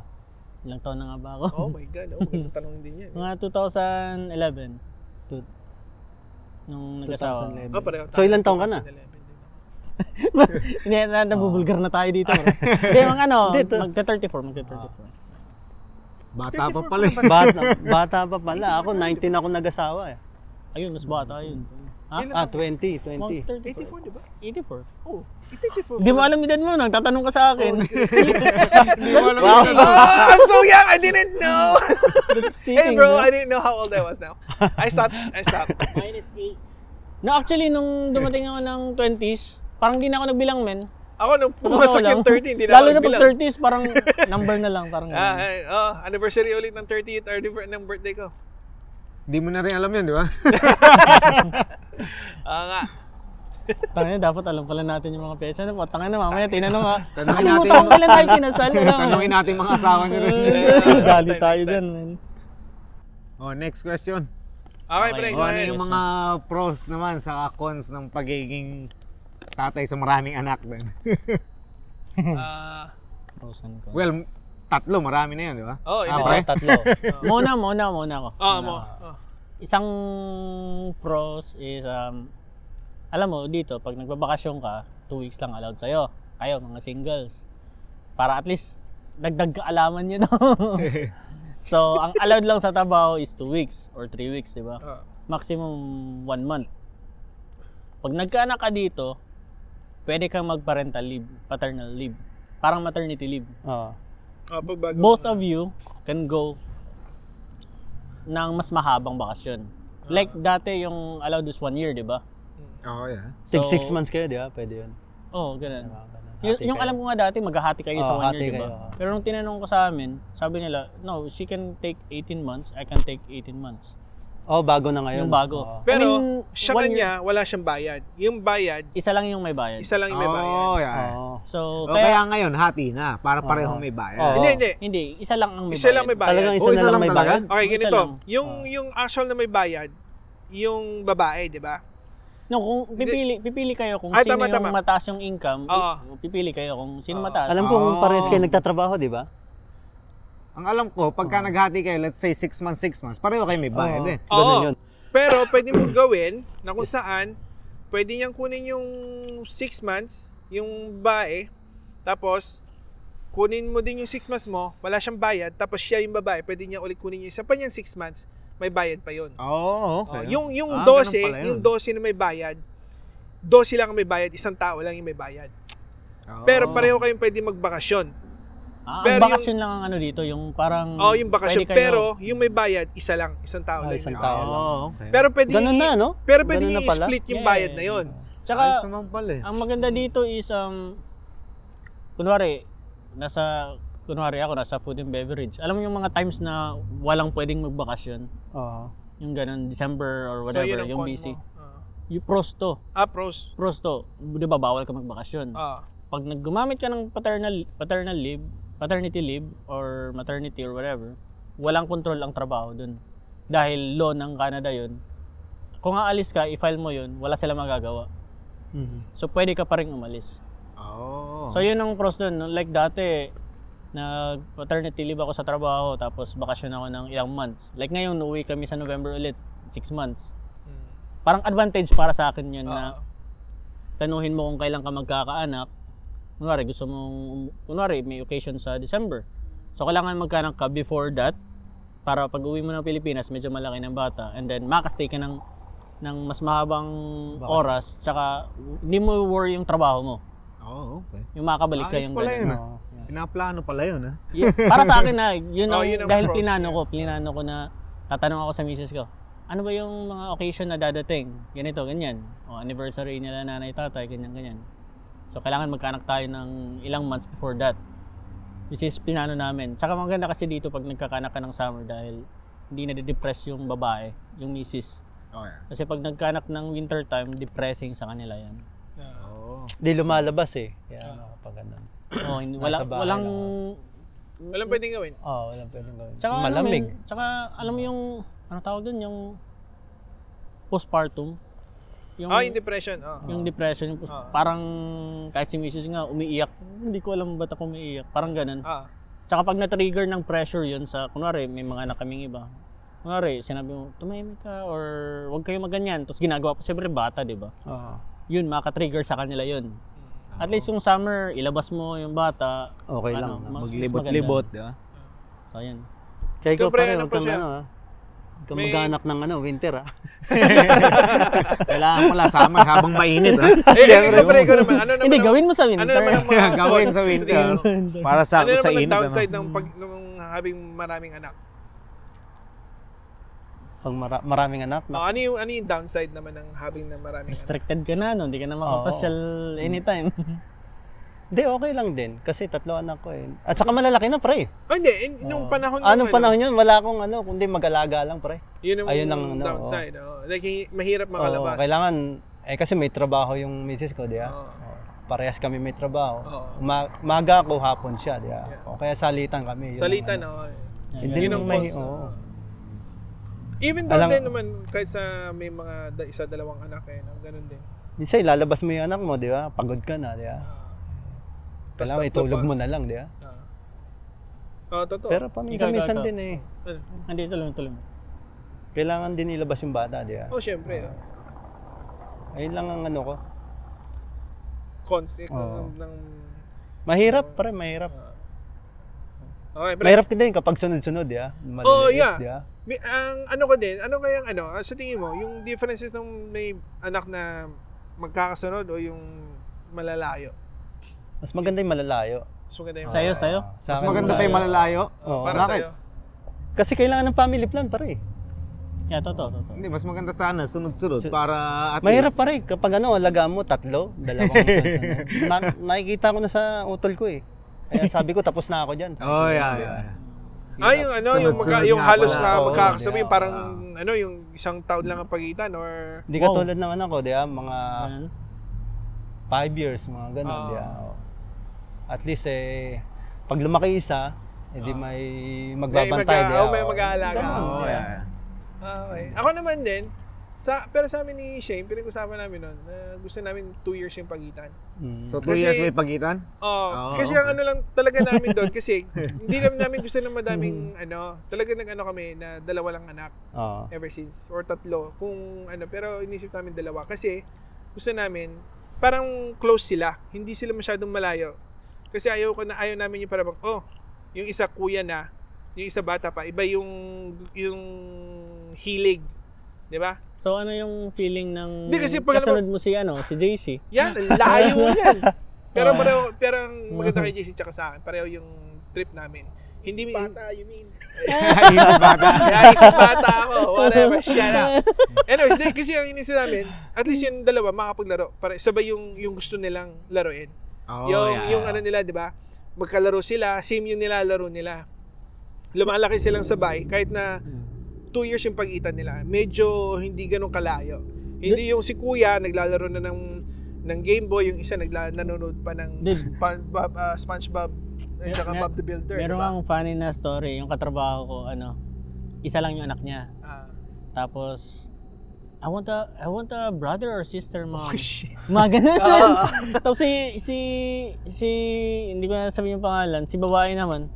Speaker 3: Ilang taon na nga ba [LAUGHS] ako?
Speaker 2: Oh my God, oh, magandang tanong din yan. eh.
Speaker 3: [LAUGHS] Mga 2011.
Speaker 4: Two-
Speaker 3: Nung nag-asawa.
Speaker 4: 2011.
Speaker 2: Oh, pareho
Speaker 4: So, ilang taon ka na?
Speaker 2: 2011 din ako.
Speaker 3: [LAUGHS] Hindi, na, nabubulgar na tayo
Speaker 4: [LAUGHS]
Speaker 3: dito. bro. Hindi, mga ano,
Speaker 4: Oh. Hindi, Ah. to-
Speaker 3: magta-34, magta-34.
Speaker 1: Bata pa
Speaker 2: 34
Speaker 1: pala eh.
Speaker 4: bata, bata pa pala. Ako, 19 ako nag-asawa eh.
Speaker 3: Ayun, mas bata yun. Ha?
Speaker 2: Ilan
Speaker 4: Ah,
Speaker 2: taon?
Speaker 4: 20, 20.
Speaker 3: 34.
Speaker 2: 84, di ba?
Speaker 3: 84.
Speaker 2: Oh, 84.
Speaker 3: Hindi mo alam ni dad mo, nagtatanong ka sa akin.
Speaker 2: Oh, I'm so young. I didn't know.
Speaker 3: [LAUGHS] That's cheating,
Speaker 2: hey, bro, I didn't know how old I was now. I stopped. I stopped.
Speaker 3: No, actually, nung dumating ako ng 20s, parang di na ako nagbilang, men.
Speaker 2: Ako nung
Speaker 3: Totoo
Speaker 2: pumasok
Speaker 3: lang.
Speaker 2: yung 30, hindi na ako
Speaker 3: Lalo na pag
Speaker 2: nagbilang.
Speaker 3: 30s, parang
Speaker 2: [LAUGHS]
Speaker 3: number na lang. Parang
Speaker 2: Ah,
Speaker 3: ganun.
Speaker 2: ay, oh, anniversary ulit ng 30th or diver- ng birthday ko.
Speaker 1: Di mo na rin alam yun, di
Speaker 4: [LAUGHS]
Speaker 1: ba?
Speaker 2: Oo Ah, nga.
Speaker 3: Tangina, dapat alam pala natin yung mga pyesa. Ano po, tangina, mamaya tinanong ha.
Speaker 1: Tanungin
Speaker 3: Ano
Speaker 1: natin
Speaker 3: mo taong
Speaker 1: yung-
Speaker 3: kailan
Speaker 1: [LAUGHS]
Speaker 3: tayo kinasal? Wala, man.
Speaker 1: Tanungin natin mga asawa niya
Speaker 4: [LAUGHS]
Speaker 1: rin.
Speaker 2: Next
Speaker 3: Dali
Speaker 2: time,
Speaker 3: tayo
Speaker 2: next
Speaker 3: dyan, man.
Speaker 1: Oh, next question.
Speaker 2: Okay, pre, go
Speaker 3: Okay.
Speaker 1: Oh, ano
Speaker 2: ahead.
Speaker 1: yung mga pros naman sa cons ng pagiging tatay sa maraming anak din? [LAUGHS]
Speaker 2: Ah,
Speaker 3: Pausan ko.
Speaker 1: well, tatlo, marami na yun, di ba?
Speaker 2: oh, in a
Speaker 1: Ah,
Speaker 4: Isa,
Speaker 2: sense.
Speaker 1: pare.
Speaker 4: tatlo.
Speaker 3: Muna, muna, muna ako.
Speaker 2: Oh, mo. Oh.
Speaker 3: Isang pros is, um, alam mo, dito, pag nagbabakasyon ka, two weeks lang allowed sa'yo. Kayo, mga singles. Para at least, dagdag kaalaman nyo, no? [LAUGHS] so, ang allowed lang sa Tabaho is two weeks or three weeks, di ba?
Speaker 2: Oh.
Speaker 3: maximum one month. Pag nagkaanak ka dito, pwede kang mag-parental leave, paternal leave. Parang maternity leave.
Speaker 4: Oo.
Speaker 2: Oh, pagbago.
Speaker 3: Both of you can go ng mas mahabang bakasyon. Like
Speaker 2: Ah.
Speaker 3: dati yung allowed is one year, di ba?
Speaker 1: Oh, yeah.
Speaker 4: Tig
Speaker 3: So,
Speaker 4: 6 months kayo, di ba? Pwede yun.
Speaker 3: Oo, oh, ganun.
Speaker 4: Mga ganun.
Speaker 3: Y-
Speaker 4: Diba? Hati
Speaker 3: yung
Speaker 4: kayo.
Speaker 3: alam ko nga dati, maghahati kayo sa
Speaker 4: Oo,
Speaker 3: one
Speaker 4: hati
Speaker 3: year, di ba?
Speaker 4: kayo, oo.
Speaker 3: Pero nung tinanong ko sa amin, sabi nila, no, she can take 18 months, I can take 18 months.
Speaker 4: Oh, bago na
Speaker 3: Yung
Speaker 4: ngayon.
Speaker 3: bago.
Speaker 4: Oo.
Speaker 2: Pero,
Speaker 3: I mean,
Speaker 2: siya
Speaker 3: one
Speaker 2: kanya, wala siyang bayad. Yung bayad,
Speaker 3: Isa lang yung may bayad.
Speaker 2: isa lang yung may bayad.
Speaker 1: Oh, yeah.
Speaker 4: Oo.
Speaker 3: So,
Speaker 1: O,
Speaker 3: kaya,
Speaker 1: kaya ngayon, hati na. Para parehong
Speaker 4: Oo.
Speaker 1: may
Speaker 4: Oo.
Speaker 1: bayan.
Speaker 2: Hindi, hindi.
Speaker 3: hindi, isa lang ang may
Speaker 2: Isa lang
Speaker 3: bayad.
Speaker 2: may
Speaker 4: Talagang
Speaker 2: bayad.
Speaker 4: isa,
Speaker 1: Oh,
Speaker 4: na lang may
Speaker 1: talaga?
Speaker 4: bayad.
Speaker 2: Okay,
Speaker 3: Isa lang.
Speaker 2: ganito. Yung
Speaker 1: Oh.
Speaker 4: Ah.
Speaker 2: yung actual na may bayad, yung babae, di ba?
Speaker 3: No, kung pipili pipili kayo kung
Speaker 2: Ah,
Speaker 3: sino
Speaker 2: tama,
Speaker 3: yung
Speaker 2: tama.
Speaker 3: mataas yung income,
Speaker 2: Oo.
Speaker 3: i- pipili kayo kung sino
Speaker 2: Oo.
Speaker 3: mataas.
Speaker 4: Alam ko kung
Speaker 1: Oh.
Speaker 3: Ah.
Speaker 4: parehas kayo nagtatrabaho, di ba?
Speaker 1: Ang alam ko, pagka
Speaker 4: Oo.
Speaker 1: naghati kayo, let's say 6 months, 6 months, pareho kayo may bayad eh.
Speaker 4: Oo. Ganun
Speaker 2: Oo.
Speaker 4: yun.
Speaker 2: Pero pwede mong gawin na kung saan pwede niyang kunin yung 6 months, yung bae, tapos kunin mo din yung 6 months mo, wala siyang bayad, tapos siya yung babae, pwede niya ulit kunin yung isa pa niyang 6 months, may bayad pa yun.
Speaker 1: Oo,
Speaker 2: Oh,
Speaker 1: okay.
Speaker 2: yung yung
Speaker 1: Ah,
Speaker 2: 12,
Speaker 1: ganun pala yun.
Speaker 2: yung 12 na may bayad, 12 lang ang may bayad, isang tao lang yung may bayad.
Speaker 1: Oo.
Speaker 2: Pero pareho kayong pwede magbakasyon.
Speaker 3: Ah, ang
Speaker 2: pero yung-
Speaker 3: bakasyon lang ang ano dito, yung parang
Speaker 2: Oo, Oh, yung bakasyon.
Speaker 3: pwede kayo-
Speaker 2: Pero yung may bayad, isa lang, isang tao
Speaker 4: Ah,
Speaker 2: lang.
Speaker 4: isang
Speaker 2: yung may
Speaker 4: tao.
Speaker 2: bayad.
Speaker 1: Oo, okay.
Speaker 2: Pero pwede
Speaker 4: Ganun
Speaker 2: niyo
Speaker 4: na,
Speaker 2: i-
Speaker 4: no?
Speaker 2: Pero pwede
Speaker 4: Ganun
Speaker 2: niyo
Speaker 4: na pala?
Speaker 2: split yung
Speaker 3: Yeah.
Speaker 2: bayad na yun.
Speaker 1: Ayos
Speaker 3: Tsaka
Speaker 1: naman pala eh.
Speaker 3: ang maganda dito is um kunwari nasa kunwari ako nasa food and beverage. Alam mo yung mga times na walang pwedeng magbakasyon,
Speaker 4: Oo.
Speaker 3: yung ganun December or whatever,
Speaker 2: yun ang
Speaker 3: yung
Speaker 2: con
Speaker 3: busy.
Speaker 2: mo. Ah.
Speaker 3: Yung prosto,
Speaker 2: Ah, pros.
Speaker 3: prosto, 'di ba bawal ka magbakasyon?
Speaker 2: Ah.
Speaker 3: pag naggumamit ka ng paternal paternal leave, paternity leave or maternity or whatever, walang control ang trabaho dun. Dahil law ng Canada yun, kung aalis ka, i-file mo yun, wala sila magagawa.
Speaker 4: Mhm.
Speaker 3: So, pwede ka pa rin umalis.
Speaker 1: Oo.
Speaker 3: So, yun ang cross dun. no? Like dati, nag-paternity leave ako sa trabaho, tapos bakasyon ako ng ilang months. Like ngayon, uuwi kami sa November ulit, six months.
Speaker 2: Mm.
Speaker 3: Parang advantage para sa akin yun na
Speaker 2: Ah.
Speaker 3: tanuhin mo kung kailan ka magkakaanak. Kunwari, gusto mong, kunwari, may occasion sa December. So, kailangan magkaanak ka before that para pag uwi mo ng Pilipinas, medyo malaki ng bata. And then, makastay ka ng, ng mas mahabang
Speaker 4: Bakasyon.
Speaker 3: oras, tsaka hindi mo worry yung trabaho mo.
Speaker 1: Oo, okay.
Speaker 3: Yung makakabalik ka
Speaker 1: Ayos
Speaker 3: yung
Speaker 1: pala
Speaker 3: ganun.
Speaker 1: yun ah.
Speaker 4: Oo.
Speaker 3: Yeah.
Speaker 1: Pinaplano pala yun ah.
Speaker 3: Yeah, para sa akin na, yun ang,
Speaker 2: Oh, yun ang
Speaker 3: dahil
Speaker 2: pros,
Speaker 3: plinano
Speaker 2: yeah.
Speaker 3: ko, plinano ko na tatanong ako sa misis ko, ano ba yung mga occasion na dadating? Ganito, ganyan. O anniversary nila nanay tatay, ganyan, ganyan. So kailangan magkanak tayo ng ilang months before that. Which is plinano namin. Tsaka maganda kasi dito pag nagkakanak ka ng summer dahil hindi na depress yung babae, yung misis.
Speaker 2: Oh,
Speaker 1: Oo. yeah.
Speaker 3: Kasi pag nagkanak ng winter time, depressing sa kanila yan.
Speaker 2: Ah.
Speaker 1: Oo.
Speaker 4: Di lumalabas eh. Kaya ano, kapag ano.
Speaker 3: Oh, hindi, wala,
Speaker 4: Nasa bahay
Speaker 3: walang...
Speaker 4: lang
Speaker 2: Walang pwedeng gawin.
Speaker 4: Oo, oh, walang pwedeng gawin.
Speaker 3: Tsaka,
Speaker 4: Malamig.
Speaker 3: Alam, yun, tsaka alam mo yung, ano tawag dun, yung postpartum. Yung,
Speaker 2: Ah, yung depression. ah.
Speaker 3: yung depression, yung post-
Speaker 2: Ah.
Speaker 3: parang kahit si misis nga umiiyak, hindi ko alam ba't ako umiiyak, parang ganun.
Speaker 2: Ah.
Speaker 3: Tsaka pag na-trigger ng pressure yun sa, kunwari, may mga anak kaming iba. Kunwari, sinabi mo, tumahimik ka or huwag kayo maganyan. Tapos ginagawa pa, siyempre bata, di ba?
Speaker 4: Oo.
Speaker 3: Yun, makatrigger sa kanila yun. At
Speaker 2: Ah.
Speaker 3: least yung summer, ilabas mo yung bata.
Speaker 4: okay
Speaker 3: Ano,
Speaker 4: lang. no?
Speaker 3: mas-
Speaker 1: Maglibot-libot, di ba?
Speaker 3: So, yun.
Speaker 4: Kaya ikaw
Speaker 2: Siyempre,
Speaker 4: pare,
Speaker 2: ano
Speaker 4: huwag
Speaker 2: pa
Speaker 4: kang
Speaker 2: siya?
Speaker 4: ano ah. Huwag kang
Speaker 2: May-
Speaker 4: maghanap ng ano, winter ah. [LAUGHS]
Speaker 1: Kailangan pala summer habang mainit ah.
Speaker 2: Eh, ikaw, pre, ikaw naman. Ano naman
Speaker 3: Hindi,
Speaker 2: ang-
Speaker 3: gawin mo sa winter.
Speaker 2: Ano naman ang mga
Speaker 1: Gawin sa
Speaker 2: cons
Speaker 1: winter.
Speaker 2: tingin mo?
Speaker 1: Para sa
Speaker 2: Ano
Speaker 1: sa
Speaker 2: naman
Speaker 1: init.
Speaker 2: ang downside
Speaker 1: ano?
Speaker 2: ng pag nung having maraming anak?
Speaker 4: Pag mara- maraming anak.
Speaker 2: Oh, ano yung ano yung downside naman ng having na maraming anak?
Speaker 3: Restricted ka na, no? Hindi ka na makapasyal
Speaker 2: [LAUGHS]
Speaker 3: anytime.
Speaker 4: Hindi, okay lang din. Kasi tatlo anak ko eh. At saka malalaki na pre.
Speaker 2: Ah, hindi, in- nung panahon
Speaker 4: Anong
Speaker 2: nung, ano,
Speaker 4: Ah, panahon yun? Wala akong ano, kundi mag-alaga lang pre.
Speaker 2: Yun ang
Speaker 4: ayun ang ano, oo.
Speaker 2: downside. Oh. Like hi- mahirap
Speaker 4: Oo,
Speaker 2: makalabas.
Speaker 4: kailangan, eh kasi may trabaho yung misis ko, di ba?
Speaker 2: Oo.
Speaker 4: Oo. Parehas kami may trabaho.
Speaker 2: Oo.
Speaker 4: Uma- maga ako, hapon siya, di ba?
Speaker 2: Yeah.
Speaker 4: O kaya salitan kami. yun
Speaker 2: Salitan,
Speaker 4: ang ano.
Speaker 2: oh.
Speaker 4: Hindi
Speaker 2: Yun
Speaker 4: yun
Speaker 2: ang
Speaker 4: may,
Speaker 2: cons.
Speaker 4: oo.
Speaker 2: oo. Even though
Speaker 4: Alang-
Speaker 2: din naman, kahit sa may mga da- isa, dalawang anak eh, no? ganun din.
Speaker 4: Minsan ilalabas mo yung anak mo, di ba? Pagod ka na, di ba?
Speaker 2: Ah. Tas
Speaker 4: Kailangan
Speaker 2: tatlo
Speaker 4: itulog
Speaker 2: pa.
Speaker 4: mo na lang, di ba?
Speaker 2: Ah. Oo, totoo.
Speaker 4: Pero
Speaker 3: Ikaw,
Speaker 4: paminsan-minsan
Speaker 3: ikaw,
Speaker 4: din eh.
Speaker 2: Ano?
Speaker 3: Hindi, tuloy, tuloy.
Speaker 4: Kailangan din ilabas yung bata, di ba?
Speaker 2: oh, syempre. oh.
Speaker 4: Ayun lang ang ano ko.
Speaker 2: Cons. eh,
Speaker 4: Oo.
Speaker 2: ng, ng,
Speaker 4: Mahirap, pare, mahirap.
Speaker 2: ah. okay, pre.
Speaker 4: Mahirap ka din eh, kapag sunod-sunod, di ba?
Speaker 2: Oo, Oh, yeah.
Speaker 4: Di ba?
Speaker 2: May, ang ano ko din, ano kaya ang ano, ah, sa tingin mo, yung differences ng may anak na magkakasunod o yung malalayo?
Speaker 4: Mas maganda yung malalayo. Ah,
Speaker 2: Mas maganda yung
Speaker 3: Sa'yo, sa'yo.
Speaker 4: Sa
Speaker 1: Mas
Speaker 4: akin,
Speaker 1: maganda pa yung malalayo.
Speaker 2: Oh,
Speaker 4: Oo.
Speaker 2: para
Speaker 1: Bakit?
Speaker 2: sa'yo.
Speaker 4: Kasi kailangan ng family plan, pare.
Speaker 3: Yeah, totoo, totoo.
Speaker 1: Hindi, mas maganda sana sunod-sunod para at
Speaker 4: Mahirap
Speaker 1: least-
Speaker 4: pare, kapag ano, alaga mo, tatlo,
Speaker 1: [LAUGHS]
Speaker 4: dalawang utol. ano. na, nakikita ko na sa utol ko eh. Kaya sabi ko, tapos na ako dyan.
Speaker 1: [LAUGHS] Oh, yeah, yeah. yeah.
Speaker 2: Ah, yung ano, yung, magka,
Speaker 1: Sunod-sunod
Speaker 2: yung
Speaker 1: nga
Speaker 2: halos
Speaker 1: pala. Ah.
Speaker 2: na
Speaker 4: Oo,
Speaker 2: magkakasabay,
Speaker 4: yeah.
Speaker 2: parang ano, yung isang taon lang ang pagitan or...
Speaker 4: Hindi ka
Speaker 1: Oh.
Speaker 3: Wow.
Speaker 4: tulad ng anak ko, di ba? Mga
Speaker 3: Ganun.
Speaker 4: five years, mga ganun,
Speaker 2: Ah.
Speaker 4: di ba? Oo. At least eh, pag lumaki isa, edi may magbabantay,
Speaker 2: mag-
Speaker 4: di ba?
Speaker 2: Ah. oh, may mag-aalaga.
Speaker 4: Ganun,
Speaker 1: Oh,
Speaker 4: di ba?
Speaker 1: yeah. yeah.
Speaker 2: Ah, okay. Ako naman din, sa, pero sa amin ni Shane, pinag-usapan namin nun, na gusto namin two years yung pagitan.
Speaker 4: Mm.
Speaker 1: So, two
Speaker 2: Kasi-
Speaker 1: years may pagitan?
Speaker 2: Oh,
Speaker 1: Oo,
Speaker 2: kasi
Speaker 1: Ah, okay.
Speaker 2: ang ano lang talaga namin doon
Speaker 1: [LAUGHS]
Speaker 2: kasi hindi naman namin gusto ng madaming
Speaker 1: Mm.
Speaker 2: ano, talaga nag ano kami na dalawa lang anak
Speaker 4: Oo.
Speaker 2: ever since or tatlo kung ano pero inisip namin dalawa kasi gusto namin parang close sila, hindi sila masyadong malayo. Kasi ayaw ko na ayaw namin yung parang oh, yung isa kuya na, yung isa bata pa, iba yung yung hilig, 'di ba?
Speaker 3: So, ano yung feeling ng
Speaker 2: Hindi, kasi pag-
Speaker 3: kasunod mo si, ano, si JC?
Speaker 2: Yan, ang layo yan. Pero
Speaker 3: Ah.
Speaker 2: pareho, pero ang maganda kay JC tsaka sa akin, pareho yung trip namin. Hindi mi... Bata, you mean?
Speaker 1: Isip bata.
Speaker 2: Kaya isip bata ako, whatever, shut up. Anyways, di, kasi ang inisip namin, at least yung dalawa makapaglaro. Para, sabay yung, yung gusto nilang laruin.
Speaker 1: [LAUGHS] Oh,
Speaker 2: yung,
Speaker 1: yeah.
Speaker 2: yung
Speaker 1: [LAUGHS]
Speaker 2: ano nila, di ba? Magkalaro sila, same yung nilalaro nila. Lumalaki silang sabay, kahit na two years yung pagitan nila. Medyo hindi ganun kalayo. Hindi yung si kuya, naglalaro na ng ng Game Boy, yung isa nagla, nanonood pa ng
Speaker 3: Dude.
Speaker 2: Span- Bob, ah, SpongeBob at
Speaker 3: Mer-
Speaker 2: saka
Speaker 3: mer-
Speaker 2: Bob the Builder.
Speaker 3: Meron
Speaker 2: diba?
Speaker 3: ang funny na story. Yung katrabaho ko, ano, isa lang yung anak niya.
Speaker 2: Ah.
Speaker 3: Tapos, I want a, I want a brother or sister, mom.
Speaker 2: Oh,
Speaker 3: [LAUGHS]
Speaker 2: shit.
Speaker 3: Mga ganun.
Speaker 2: [LAUGHS] Ah.
Speaker 3: Tapos si, si, si, hindi ko na sabihin yung pangalan, si babae naman,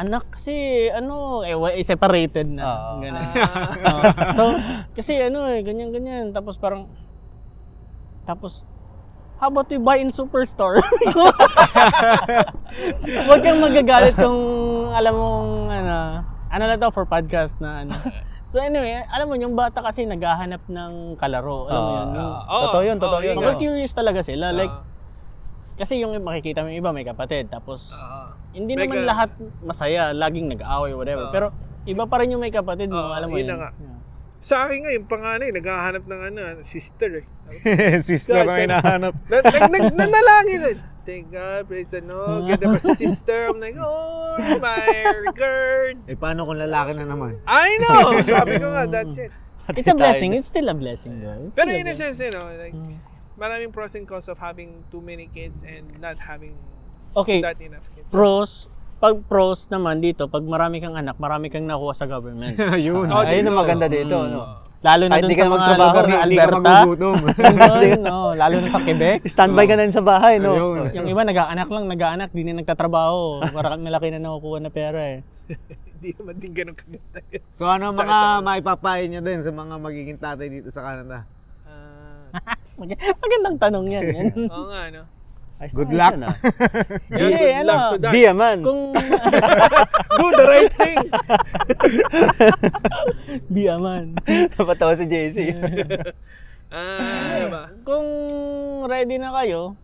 Speaker 3: anak kasi, ano, eh, wa- eh, separated na.
Speaker 4: Oo.
Speaker 3: Ganun.
Speaker 2: Ah.
Speaker 3: Oo. so, kasi ano eh, ganyan-ganyan. Tapos parang, tapos, how about we buy in Superstore? [LAUGHS] Huwag kang magagalit kung alam mong, ano, ano na to for podcast na ano. So anyway, alam mo, yung bata kasi naghahanap ng kalaro. Alam mo yun.
Speaker 4: Oo.
Speaker 2: Oo,
Speaker 3: Yung,
Speaker 4: Ah. Totoo yun,
Speaker 2: oo,
Speaker 4: totoo
Speaker 2: Ah,
Speaker 4: yun.
Speaker 2: yun Ah.
Speaker 3: mga curious talaga sila. Like, Kasi yung makikita mo yung iba may kapatid, tapos
Speaker 2: Ah.
Speaker 3: hindi
Speaker 2: May
Speaker 3: naman
Speaker 2: ganun.
Speaker 3: lahat masaya, laging nag-aaway, whatever.
Speaker 2: Oo.
Speaker 3: Pero iba pa rin yung may kapatid mo,
Speaker 2: Oo,
Speaker 3: alam
Speaker 2: Ah,
Speaker 3: mo
Speaker 2: yun
Speaker 3: yun.
Speaker 2: na nga.
Speaker 3: Yeah.
Speaker 2: sa akin nga, yung panganay, naghahanap ng ano, sister eh.
Speaker 1: Sister ang
Speaker 2: Guys, ano?
Speaker 1: hinahanap.
Speaker 2: Na, nag, nag, nanalangin. Thank God, praise the Lord. Ganda pa si sister. I'm like, oh my God.
Speaker 1: Eh, paano kung lalaki na naman? [LAUGHS]
Speaker 2: I know! Sabi ko nga, that's it.
Speaker 3: It's a
Speaker 4: Tayo.
Speaker 3: blessing, it's still a blessing, bro. It's
Speaker 2: Pero
Speaker 3: still a
Speaker 2: in a
Speaker 3: blessing.
Speaker 2: sense, you know, like,
Speaker 3: Mm.
Speaker 2: maraming pros and cons of having too many kids and not having
Speaker 3: Okay,
Speaker 2: that enough kids.
Speaker 3: pros, pag pros naman dito, pag marami kang anak, marami kang nakuha sa government.
Speaker 1: Ayun.
Speaker 2: Oh,
Speaker 4: Ayun
Speaker 2: dito.
Speaker 4: ang maganda dito.
Speaker 3: Mm.
Speaker 4: Ano?
Speaker 3: Lalo na
Speaker 4: Kahit
Speaker 3: dun
Speaker 4: di ka
Speaker 3: sa
Speaker 4: na
Speaker 3: mga
Speaker 4: magtrabaho,
Speaker 3: lugar na
Speaker 1: Hindi ka
Speaker 3: Alberta.
Speaker 1: magugutom. [LAUGHS]
Speaker 3: Yun, no, lalo na sa
Speaker 4: [LAUGHS]
Speaker 3: Quebec.
Speaker 4: Standby ka na rin sa bahay, no?
Speaker 1: Ayun.
Speaker 3: Yung iba nag-aanak lang, nag-aanak, di na nagtatrabaho. Para malaki na nakukuha na pera eh. [LAUGHS]
Speaker 2: Hindi naman din ganun kaganda.
Speaker 1: So ano ang
Speaker 2: Sakit
Speaker 1: mga
Speaker 2: sa-
Speaker 1: maipapayo nyo din sa mga magiging tatay dito sa Canada?
Speaker 2: Ah,
Speaker 3: Mag- magandang tanong yan. eh. yan.
Speaker 2: oo nga, no?
Speaker 4: Ay,
Speaker 1: Good
Speaker 4: ayos
Speaker 1: luck.
Speaker 4: yan, ah.
Speaker 2: Yeah,
Speaker 3: Hindi,
Speaker 2: good luck
Speaker 3: ano,
Speaker 2: to that.
Speaker 4: Be a man.
Speaker 3: Kung [LAUGHS]
Speaker 2: Do the right thing.
Speaker 3: biya man.
Speaker 4: [LAUGHS] Napatawa si JC.
Speaker 2: Ah, ano ba?
Speaker 3: Kung ready na kayo,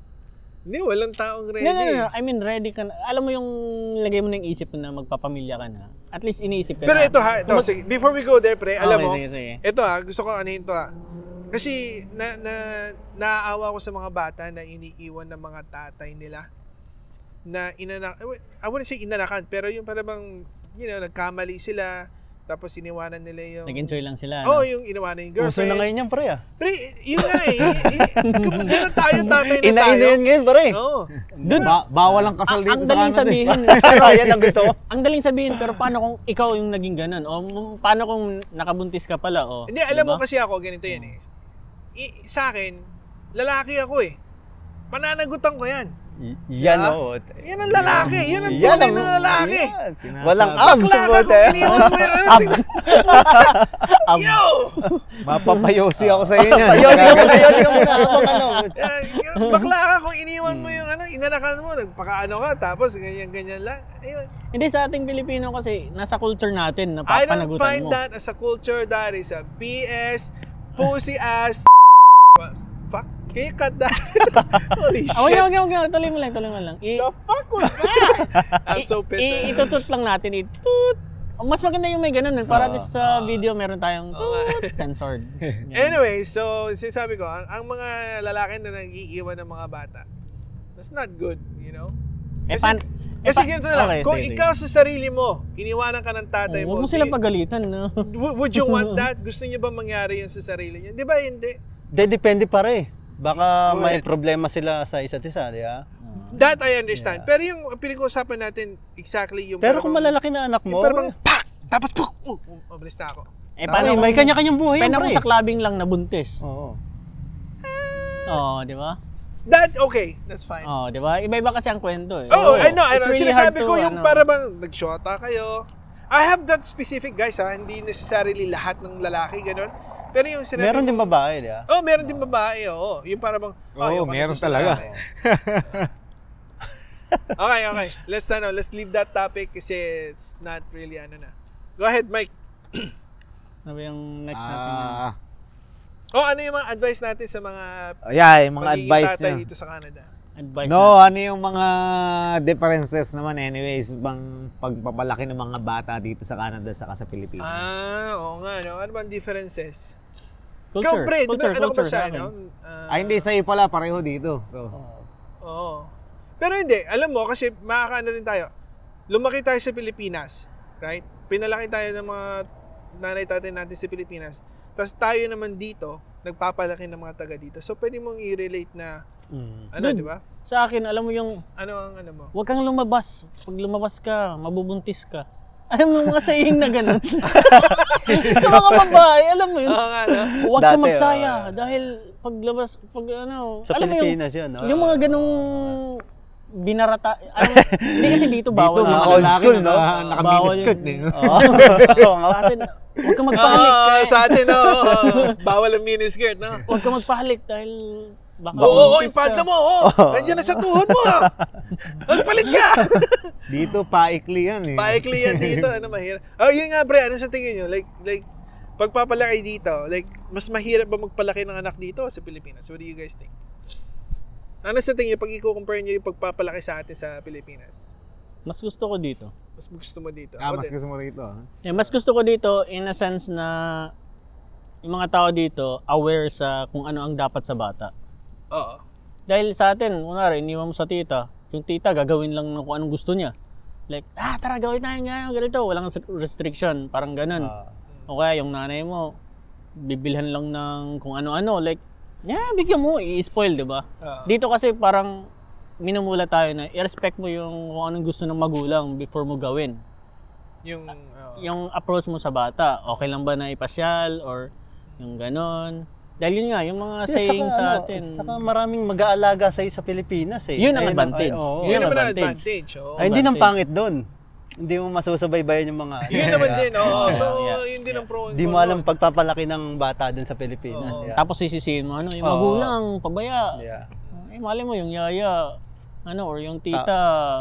Speaker 2: Hindi, walang taong ready.
Speaker 3: no, no, no, no, I mean ready ka na. Alam mo yung lagay mo na yung isip mo na magpapamilya ka na. At least iniisip ka
Speaker 2: Pero
Speaker 3: na.
Speaker 2: ito ha, ito, sige, before we go there, pre, alam
Speaker 3: Okay,
Speaker 2: mo,
Speaker 3: sige, sige.
Speaker 2: ito ha, gusto ko anuhin to ha. Kasi na, na, naaawa ko sa mga bata na iniiwan ng mga tatay nila na inanak, I wouldn't say inanakan, pero yung parang bang, you know, nagkamali sila, tapos iniwanan nila yung...
Speaker 3: Nag-enjoy lang sila.
Speaker 2: Oo, oh,
Speaker 3: no?
Speaker 2: yung iniwanan yung [LAUGHS]
Speaker 4: Gusto
Speaker 2: girlfriend.
Speaker 4: na ngayon yan, pre, ah.
Speaker 2: Pre, yun nga eh. y-
Speaker 3: [LAUGHS]
Speaker 2: y- Kapag ganun tayo, tatay na tayo.
Speaker 4: Inaino yan ngayon, pre.
Speaker 3: eh.
Speaker 2: Oo.
Speaker 3: Dun-
Speaker 1: Ba- bawal ang kasal
Speaker 3: ang, ang
Speaker 1: dito sa
Speaker 3: daling
Speaker 1: Canada. eh.
Speaker 2: [LAUGHS]
Speaker 3: sabihin.
Speaker 2: Oh.
Speaker 4: [LAUGHS] Ayan ang gusto ko.
Speaker 3: ang daling sabihin, pero paano kung ikaw yung naging ganun? O m- paano kung nakabuntis ka pala? O,
Speaker 2: Hindi, alam
Speaker 3: diba?
Speaker 2: mo kasi ako, ganito yan eh. I- sa akin, lalaki ako eh. Pananagutan ko yan.
Speaker 4: Y- Yan,
Speaker 2: Ah.
Speaker 4: oh.
Speaker 2: Yan ang lalaki. Yan ang
Speaker 4: Yan
Speaker 2: tunay
Speaker 4: ang-
Speaker 2: na lalaki.
Speaker 4: Yan.
Speaker 1: Sinasabi.
Speaker 4: Walang abs,
Speaker 2: Bakla ka
Speaker 4: bote.
Speaker 2: kung iniwan mo yan.
Speaker 4: [LAUGHS]
Speaker 2: Yo!
Speaker 1: Mapapayosi Oh,
Speaker 2: [LAUGHS]
Speaker 1: ako sa inyo.
Speaker 4: Yosi
Speaker 1: [LAUGHS]
Speaker 4: ka muna, yosi ka muna. Habang ano.
Speaker 2: Yan, Eh, Bakla ka kung iniwan mo yung ano, inanakan mo, nagpakaano ka, tapos ganyan-ganyan lang. Ayun.
Speaker 3: Hindi sa ating Pilipino kasi nasa culture natin na
Speaker 2: I don't
Speaker 3: papanagutan
Speaker 2: find
Speaker 3: mo.
Speaker 2: that as a culture. That is a BS, pussy ass. Fuck, can you cut that? [LAUGHS] Holy
Speaker 3: Oh, wag
Speaker 2: shit.
Speaker 3: na, wag na, wag na. Tuloy mo lang, tuloy mo lang. I,
Speaker 2: The fuck was that? I'm
Speaker 3: i-
Speaker 2: so pissed.
Speaker 3: i- itutut lang natin. Itut. Oh, Mas maganda yung may ganun. eh. Para at least sa video meron tayong tut, censored.
Speaker 2: [LAUGHS]
Speaker 3: Ganun.
Speaker 2: Anyway, so sinasabi ko, ang, ang mga lalaki na nag-iiwan ng mga bata, that's not good, you know?
Speaker 3: Eh,
Speaker 2: Kasi,
Speaker 3: pan- eh,
Speaker 2: kasi
Speaker 3: pa-
Speaker 2: ganito na lang,
Speaker 3: okay,
Speaker 2: kung
Speaker 3: sige, sige.
Speaker 2: ikaw sa sarili mo, iniwanan ka ng tatay
Speaker 3: Oh,
Speaker 2: mo,
Speaker 3: Huwag mo
Speaker 2: do
Speaker 3: sila
Speaker 2: you-
Speaker 3: pagalitan, no?
Speaker 2: w- would you
Speaker 3: [LAUGHS]
Speaker 2: want that? Gusto niyo ba mangyari yun sa sarili niyo? Di ba hindi?
Speaker 4: De, depende pare. Baka may
Speaker 2: Well-
Speaker 4: problema sila sa isa't isa, di ba?
Speaker 2: That I understand. Pero yung pinag-uusapan natin, exactly yung...
Speaker 4: Pero kung
Speaker 2: parang-
Speaker 4: malalaki na anak
Speaker 2: yung
Speaker 4: mo, eh,
Speaker 2: parang
Speaker 4: pre,
Speaker 2: pak! Tapos puk! Uh, uh, umalis na ako.
Speaker 3: Eh,
Speaker 4: ay, may
Speaker 3: kung,
Speaker 4: kanya-kanyang
Speaker 3: [LAUGHS]
Speaker 4: buhay Oh, yan,
Speaker 3: paano
Speaker 4: pre.
Speaker 3: kung
Speaker 1: Ah.
Speaker 3: sa clubbing lang nabuntis?
Speaker 4: Oo.
Speaker 3: Oo, di ba?
Speaker 2: That, okay. That's fine.
Speaker 3: Oo, di ba? Iba-iba kasi ang kwento eh.
Speaker 2: Oh,
Speaker 4: Oo.
Speaker 2: I know. I
Speaker 3: It's
Speaker 2: know.
Speaker 3: really
Speaker 2: Sinasabi
Speaker 3: hard to,
Speaker 2: ko yung
Speaker 3: ano.
Speaker 2: para bang nagshota kayo. I have that specific guys ha, hindi necessarily lahat ng lalaki ganun. Pero yung sinabi
Speaker 4: Meron
Speaker 2: mo-
Speaker 4: din babae, di ba?
Speaker 2: Oh, meron din babae, oo. Yung para bang Oh,
Speaker 1: Oo,
Speaker 2: yung
Speaker 1: meron
Speaker 2: pagdating sa
Speaker 1: talaga.
Speaker 2: lalaki. okay, okay. Let's ano, let's leave that topic kasi it's not really ano na. Go ahead, Mike.
Speaker 3: Ano ba yung next natin? yan?
Speaker 1: Ah,
Speaker 2: Oh, ano yung mga advice natin sa mga
Speaker 1: yeah, yung mga
Speaker 2: pagiging
Speaker 1: advice
Speaker 2: tatay
Speaker 1: niya.
Speaker 2: dito sa Canada?
Speaker 3: Advice
Speaker 1: No, ano yung mga differences naman anyways bang pagpapalaki ng mga bata dito sa Canada saka sa Pilipinas?
Speaker 2: Ah, oo nga, no. Ano bang differences?
Speaker 3: na.
Speaker 2: Ikaw, pre, di ba, ano ko
Speaker 3: culture,
Speaker 2: ba
Speaker 3: culture
Speaker 2: siya,
Speaker 3: sa akin.
Speaker 2: no? Ah,
Speaker 1: Ay hindi sa'yo pala pareho dito.
Speaker 3: Oh.
Speaker 1: So,
Speaker 2: Oo. Pero hindi, alam mo, kasi makakaano rin tayo. Lumaki tayo sa Pilipinas, right? Pinalaki tayo ng mga nanay tatay natin sa Pilipinas. Tapos tayo naman dito, nagpapalaki ng mga taga dito. So pwede mong i-relate na,
Speaker 4: Mm.
Speaker 2: ano,
Speaker 3: Dun.
Speaker 2: di ba?
Speaker 3: Sa akin, alam mo yung
Speaker 2: Ano ang ano mo?
Speaker 3: Huwag kang lumabas. Pag lumabas ka, mabubuntis ka. [LAUGHS] Alam mo yung mga saying na ganun. [LAUGHS] sa mga babae, alam mo
Speaker 2: [LAUGHS]
Speaker 3: yun.
Speaker 2: Oo nga, no?
Speaker 3: Huwag kang
Speaker 4: Ah. Dati,
Speaker 3: magsaya.
Speaker 4: oo.
Speaker 3: Dahil paglabas, pag ano,
Speaker 4: Sa
Speaker 3: alam mo yung,
Speaker 4: Pilipinas yun, no?
Speaker 3: yung
Speaker 4: [LAUGHS]
Speaker 3: mga ganung binarata. Alam mo, hindi kasi
Speaker 1: [LAUGHS] dito
Speaker 3: dito bawal.
Speaker 1: mga
Speaker 3: ah.
Speaker 4: old
Speaker 1: lalaki
Speaker 4: school,
Speaker 1: na
Speaker 4: no?
Speaker 1: naka- naka-miniskirt
Speaker 3: Bawal yun.
Speaker 1: eh.
Speaker 2: [LAUGHS]
Speaker 4: Oo.
Speaker 3: Sa atin, huwag kang magpahalik.
Speaker 2: Oo,
Speaker 3: dahil-
Speaker 2: sa [LAUGHS] atin, oo. bawal ang miniskirt, no?
Speaker 3: Huwag kang magpahalik dahil baka
Speaker 2: Oo, oo,
Speaker 3: mabuntis
Speaker 2: ipad
Speaker 3: ka.
Speaker 2: na mo, oo. Nandiyan na sa tuhod mo, [LAUGHS] ah. Magpalit ka! [LAUGHS]
Speaker 1: Dito paikli yan eh.
Speaker 2: Paikli yan dito, ano mahirap. Oh, yun nga pre, ano sa tingin nyo? Like, like, pagpapalaki dito, like, mas mahirap ba magpalaki ng anak dito o sa Pilipinas? What do you guys think? Ano sa tingin niyo pag i-compare niyo yung pagpapalaki sa atin sa Pilipinas?
Speaker 3: Mas gusto ko dito.
Speaker 2: Mas gusto mo dito.
Speaker 1: Ah,
Speaker 2: Ako
Speaker 1: mas
Speaker 2: din.
Speaker 1: gusto mo rito. ah.
Speaker 3: Eh, mas gusto ko dito in a sense na yung mga tao dito aware sa kung ano ang dapat sa bata.
Speaker 2: Oo.
Speaker 3: Dahil sa atin, kunwari, iniwan mo sa tita, yung tita gagawin lang ng kung anong gusto niya. Like, ah, tara, gawin tayo nga, ganito. Walang s- restriction, parang ganun.
Speaker 4: Ah,
Speaker 3: o kaya yung nanay mo, bibilhan lang ng kung ano-ano. Like, yeah, bigyan mo, i-spoil, di ba?
Speaker 2: Oo.
Speaker 3: Dito kasi parang minumula tayo na i-respect mo yung kung anong gusto ng magulang before mo gawin.
Speaker 2: Yung, oo.
Speaker 3: Yung approach mo sa bata, okay lang ba na ipasyal or yung ganun. Dahil yun nga, yung mga
Speaker 4: yun,
Speaker 3: saying
Speaker 4: saka
Speaker 3: sa
Speaker 4: ano,
Speaker 3: atin.
Speaker 4: Saka maraming mag-aalaga sa'yo sa Pilipinas eh.
Speaker 3: Yun ang
Speaker 4: Ayun
Speaker 3: advantage.
Speaker 4: Ay, oo.
Speaker 3: Yun
Speaker 2: yun naman ang
Speaker 3: advantage.
Speaker 2: advantage. oo.
Speaker 4: Ay, hindi nang
Speaker 3: advantage.
Speaker 4: pangit doon. Hindi mo masusubaybayan yung mga...
Speaker 2: Yun naman
Speaker 4: Yeah.
Speaker 2: din. Oo.
Speaker 3: Yeah,
Speaker 2: So,
Speaker 3: yeah,
Speaker 2: yun din ang pro and
Speaker 4: Hindi
Speaker 2: con
Speaker 4: mo alam
Speaker 2: nun.
Speaker 4: pagpapalaki ng bata doon sa Pilipinas.
Speaker 2: Oo.
Speaker 4: Yeah.
Speaker 3: Tapos sisisihin mo, ano, yung
Speaker 4: Oo.
Speaker 3: magulang, pabaya.
Speaker 4: Yeah.
Speaker 3: Eh, mali mo, yung yaya, ano, or yung tita.
Speaker 4: Ah,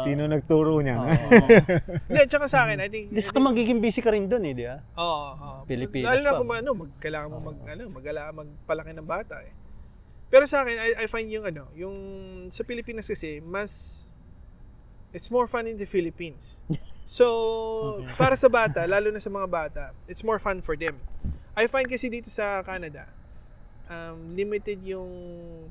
Speaker 3: Ah.
Speaker 1: Sino nagturo niyan?
Speaker 3: Oo.
Speaker 2: Hindi, tsaka sa akin, I think...
Speaker 4: Hindi, saka magiging busy ka rin doon eh, di ba?
Speaker 2: Oo. oo.
Speaker 4: Pilipinas
Speaker 2: Lalo na
Speaker 4: pa.
Speaker 2: kung ano, mag, kailangan mo mag, ano, mag-ala, magpalaki ng bata eh. Pero sa akin, I, I find yung ano, yung sa Pilipinas kasi, mas, it's more fun in the Philippines. So, para sa bata, lalo na sa mga bata, it's more fun for them. I find kasi dito sa Canada, um, limited yung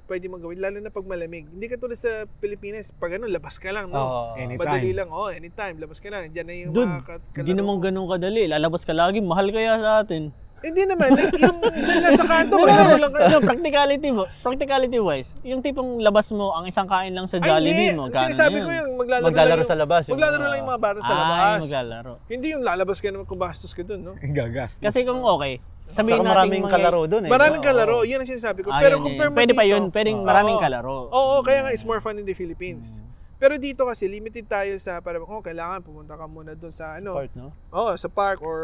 Speaker 2: pwede mong gawin, lalo na pag malamig. Hindi ka tulad sa Pilipinas, pag ano, labas ka lang, no?
Speaker 4: Oo.
Speaker 1: Anytime.
Speaker 2: Madali lang, oh, anytime, labas ka lang. Diyan na yung
Speaker 3: Dude,
Speaker 2: mga ka-
Speaker 3: Hindi
Speaker 2: kalaro.
Speaker 3: naman ganun kadali. Lalabas ka lagi. Mahal kaya sa atin.
Speaker 2: Hindi naman. Like, yung dyan nasa kanto,
Speaker 3: No,
Speaker 2: maglaro
Speaker 3: no,
Speaker 2: lang ka.
Speaker 3: no, practicality, mo- practicality wise, yung tipong labas mo ang oh, isang kain lang
Speaker 2: Ay,
Speaker 3: sa
Speaker 2: hindi.
Speaker 3: Jollibee mo, gano'n
Speaker 2: Sinasabi
Speaker 3: yun.
Speaker 2: ko yung maglalaro,
Speaker 4: Maglalaro
Speaker 2: lang
Speaker 4: sa labas,
Speaker 2: Yung,
Speaker 4: yung
Speaker 2: maglalaro
Speaker 4: mga-
Speaker 2: lang yung mga bata sa
Speaker 3: oh. Ay,
Speaker 2: labas.
Speaker 3: maglalaro.
Speaker 2: hindi yung lalabas ka naman kung bastos ka dun, no?
Speaker 1: Gagas.
Speaker 3: Kasi kung okay, sabihin natin
Speaker 4: Saka maraming
Speaker 3: mga-
Speaker 4: kalaro doon eh.
Speaker 2: Maraming
Speaker 4: Oo.
Speaker 2: kalaro. Yun ang sinasabi ko.
Speaker 3: Ah,
Speaker 2: Pero
Speaker 3: yun,
Speaker 2: compare
Speaker 3: yun.
Speaker 2: mo
Speaker 3: Pwede
Speaker 2: dito.
Speaker 3: pa yun. Pwedeng
Speaker 2: Oo.
Speaker 3: maraming kalaro.
Speaker 2: Oo, kaya nga it's more fun in the Philippines.
Speaker 3: Mm.
Speaker 2: Pero dito kasi limited tayo sa para kung kailangan pumunta ka muna doon sa ano,
Speaker 4: Park, no?
Speaker 2: oh, sa park or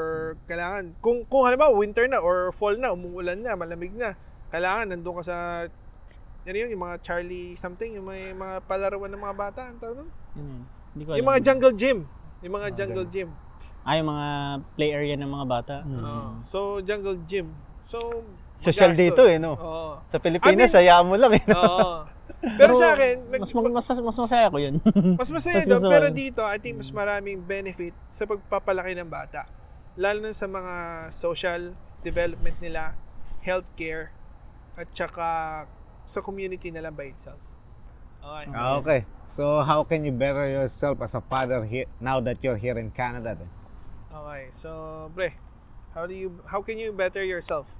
Speaker 2: kailangan kung kung halimbawa winter na or fall na, umuulan na, malamig na, kailangan nandoon ka sa ano yun, yung mga Charlie something, yung may mga palaruan ng mga bata, ang tawag doon?
Speaker 3: Yun yun. Hindi ko
Speaker 2: Yung
Speaker 3: alam.
Speaker 2: mga jungle gym. Yung mga jungle gym.
Speaker 3: Ah, yung mga play area ng mga bata.
Speaker 4: Mm.
Speaker 2: Oo. so, jungle gym. So,
Speaker 4: Social
Speaker 2: magastos.
Speaker 4: dito eh, no?
Speaker 2: Oo.
Speaker 4: Sa Pilipinas,
Speaker 2: I mean-
Speaker 4: hayaan mo lang eh. [LAUGHS]
Speaker 2: Oo. Pero sa akin, nag-
Speaker 3: mas, mag- mas, mas masaya ko yun. [LAUGHS]
Speaker 2: mas masaya
Speaker 3: mas
Speaker 2: doon.
Speaker 3: gusto ko
Speaker 2: Pero
Speaker 3: yun.
Speaker 2: dito, I think mas maraming benefit sa pagpapalaki ng bata. Lalo na sa mga social development nila, healthcare, at saka sa community nila by itself. Okay.
Speaker 1: Ah, okay. So, how can you better yourself as a father here now that you're here in Canada? Then?
Speaker 2: Okay. So, pre, how do you how can you better yourself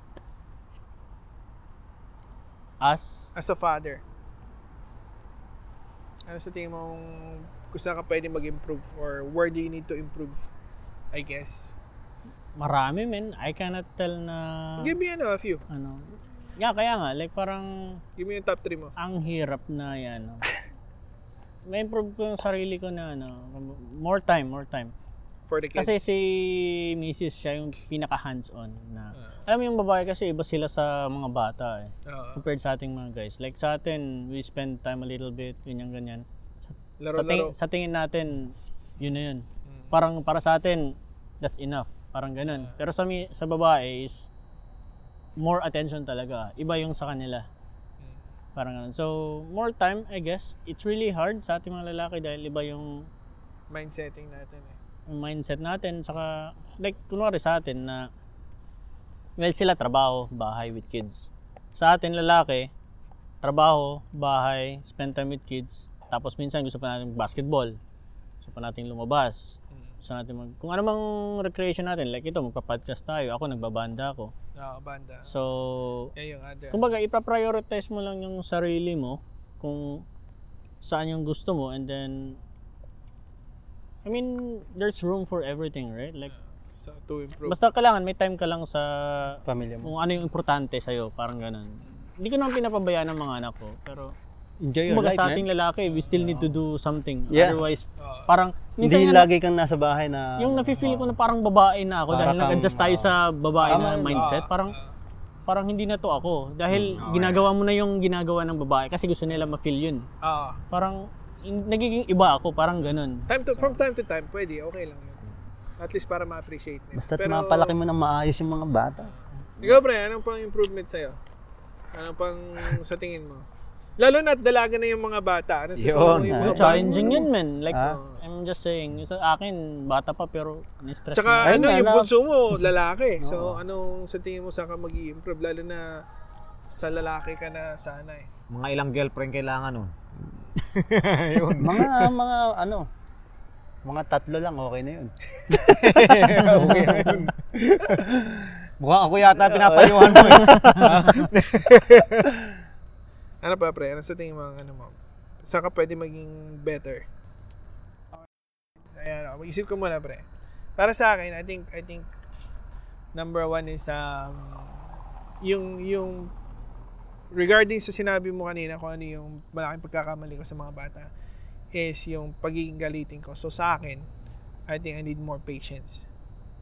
Speaker 3: As,
Speaker 2: as a father? Ano sa tingin mong kung saan ka pwede mag-improve or where do you need to improve? I guess.
Speaker 3: marami men. I cannot tell na,
Speaker 2: Give me ano, a few.
Speaker 3: ano, yeah, kaya nga, like parang,
Speaker 2: Give me yung top 3 mo.
Speaker 3: ang hirap na yan. no. May improve ko yung sarili ko na ano, more time, more time.
Speaker 2: For the kids.
Speaker 3: Kasi si Mrs. siya yung pinaka hands-on na. Alam mo yung babae kasi iba sila sa mga bata eh.
Speaker 2: Oo.
Speaker 3: Compared sa ating mga guys. Like sa atin, we spend time a little bit, ganyan ganyan. Sa, ting-
Speaker 2: laro-laro.
Speaker 3: sa tingin natin, yun na yun. Parang para sa atin, that's enough. Parang ganun. Pero sa mi- sa babae is more attention talaga. Iba yung sa kanila. Parang ganun. So, more time, I guess. It's really hard sa ating mga lalaki dahil iba yung
Speaker 2: Mind setting natin eh.
Speaker 3: mindset natin. Tsaka, like, kunwari sa atin na, well, sila trabaho, bahay with kids. Sa atin, lalaki, trabaho, bahay, spend time with kids. Tapos minsan gusto pa natin basketball. Gusto pa natin lumabas. Gusto natin mag... Kung ano mang recreation natin, like ito, magpa-podcast tayo. Ako, nagbabanda ako.
Speaker 2: Oo, Ah, banda.
Speaker 3: So,
Speaker 2: Yan yung other.
Speaker 3: Kumbaga, ipaprioritize mo lang yung sarili mo kung saan yung gusto mo and then I mean, there's room for everything, right? Like,
Speaker 2: So, to improve.
Speaker 3: basta kailangan may time ka lang sa
Speaker 4: Pamilya mo.
Speaker 3: kung ano yung importante sa'yo, parang ganun. Hindi ko naman pinapabayaan ng mga anak ko, pero
Speaker 4: Enjoy your
Speaker 3: kumbaga
Speaker 4: life,
Speaker 3: sa
Speaker 4: man.
Speaker 3: ating lalaki, we still need to do something.
Speaker 4: Yeah.
Speaker 3: Otherwise,
Speaker 2: Oo.
Speaker 3: parang, minsan
Speaker 4: Hindi
Speaker 3: nga,
Speaker 4: lagi kang nasa bahay na...
Speaker 3: yung nafe-feel ko na parang babae na ako
Speaker 4: Ah. Para
Speaker 3: dahil
Speaker 4: kang,
Speaker 3: nag-adjust tayo
Speaker 4: ah,
Speaker 3: sa babae na
Speaker 4: tama,
Speaker 3: mindset. Parang parang hindi na to ako dahil
Speaker 4: Mm,
Speaker 3: ginagawa mo na yung ginagawa ng babae kasi gusto nila ma-feel yun.
Speaker 2: Oo.
Speaker 3: Parang in- nagiging iba ako, parang ganun.
Speaker 2: Ah. Time to, from time to time, pwede. Okay lang yun. At least para ma-appreciate nila.
Speaker 4: Basta't mapalaki mo ng maayos yung mga bata.
Speaker 2: Ikaw, pre, anong pang improvement sa'yo? Anong pang sa tingin mo? Lalo na at dalaga na yung mga bata. Ano Nasa
Speaker 1: Yun,
Speaker 2: yung
Speaker 3: ah.
Speaker 2: mga bata.
Speaker 3: Challenging yun, man. Like,
Speaker 4: Ah.
Speaker 3: I'm just saying, yung sa akin, bata pa pero ni-stress
Speaker 2: Tsaka
Speaker 3: na.
Speaker 4: Ayun
Speaker 2: ano,
Speaker 4: nga,
Speaker 2: yung
Speaker 4: na-
Speaker 2: bunso mo, lalaki. So, anong sa tingin mo saan ka mag-improve? Lalo na sa lalaki ka na sana eh.
Speaker 1: Mga ilang girlfriend kailangan nun. Yun.
Speaker 4: Mga,
Speaker 2: [LAUGHS]
Speaker 4: mga, ano, mga tatlo lang, okay na yun.
Speaker 1: okay. Mukhang ako yata pinapayuhan mo eh.
Speaker 2: Ano pa pre? Ano sa tingin mo ang ano mo? Saan ka pwede maging better? Ayan, oh, mag-isip ka muna pre. Para sa akin, I think, I think, number one is, um, yung, yung, regarding sa sinabi mo kanina kung ano yung malaking pagkakamali ko sa mga bata, is yung pagiging galitin ko. So sa akin, I think I need more patience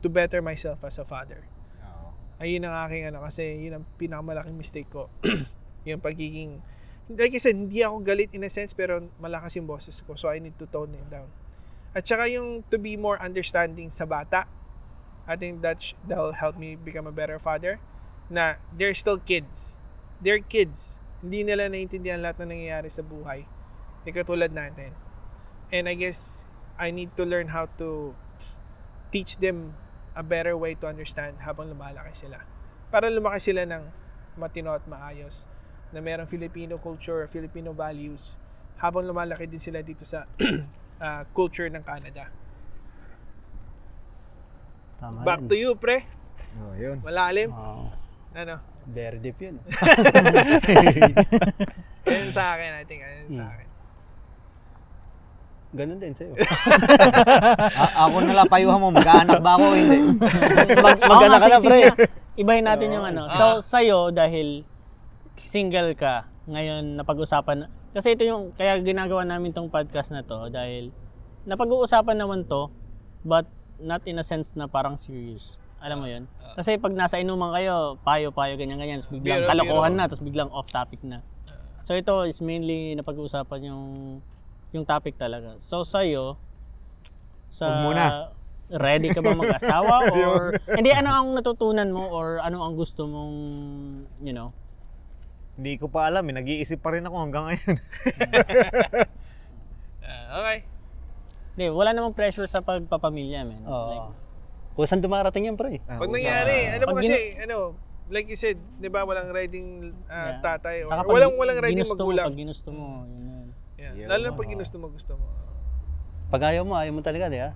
Speaker 2: to better myself as a father. Ayun ang aking ano, kasi yun ang pinakamalaking mistake ko. [CLEARS THROAT] yung pagiging like I said, hindi ako galit in a sense pero malakas yung boses ko so I need to tone it down at saka yung to be more understanding sa bata I think that sh- that'll help me become a better father na they're still kids they're kids hindi nila naiintindihan lahat na nangyayari sa buhay hindi katulad natin and I guess I need to learn how to teach them a better way to understand habang lumalaki sila para lumaki sila ng matino at maayos na merong Filipino culture, Filipino values, habang lumalaki din sila dito sa [CLEARS THROAT] ah, culture ng Canada.
Speaker 4: Tama
Speaker 2: Back to you, pre.
Speaker 1: Oh, yun.
Speaker 2: Malalim.
Speaker 4: Oh,
Speaker 2: Ano?
Speaker 4: very deep yun.
Speaker 2: Ayun sa akin, I think. Ayun
Speaker 3: Hmm.
Speaker 2: sa akin.
Speaker 4: Ganun din
Speaker 2: [LAUGHS]
Speaker 4: sa'yo.
Speaker 1: A- ako nala payuhan mo, mag-aanak ba ako o [LAUGHS] hindi?
Speaker 3: [LAUGHS]
Speaker 4: Mag, magana ka na, pre.
Speaker 3: Ibahin natin yung ano. So,
Speaker 2: Ah.
Speaker 3: sa'yo, dahil single ka, ngayon napag-usapan, na- kasi ito yung, kaya ginagawa namin tong podcast na to, dahil napag-uusapan naman to, but not in a sense na parang serious. Alam mo yun? Kasi pag nasa inuman kayo, payo-payo, ganyan-ganyan, tapos biglang
Speaker 2: Ah. Biro,
Speaker 3: kalokohan
Speaker 2: biro.
Speaker 3: na, tapos biglang off topic na. So ito is mainly napag-uusapan yung yung topic talaga. So sa'yo, sa
Speaker 1: Huwag muna.
Speaker 3: ready ka ba mag-asawa or hindi ano ang natutunan mo or ano ang gusto mong you know
Speaker 1: hindi ko pa alam eh, nag-iisip pa rin ako hanggang ngayon.
Speaker 2: Ah, okay.
Speaker 3: hindi, wala namang pressure sa pagpapamilya man
Speaker 4: Oo. Kung saan dumarating yan, pre?
Speaker 3: Ah,
Speaker 2: Pag nangyari, alam mo
Speaker 3: Pag
Speaker 2: kasi, ano, like you said, di ba, walang riding ah,
Speaker 3: Yeah.
Speaker 2: tatay or walang walang riding
Speaker 3: ginusto mo,
Speaker 2: magulang.
Speaker 3: pag ginusto mo yun yun.
Speaker 2: Yeah.
Speaker 1: Yeah.
Speaker 2: Lalo na pag ginusto mo, gusto mo.
Speaker 4: Pag ayaw mo, ayaw mo talaga, di ba?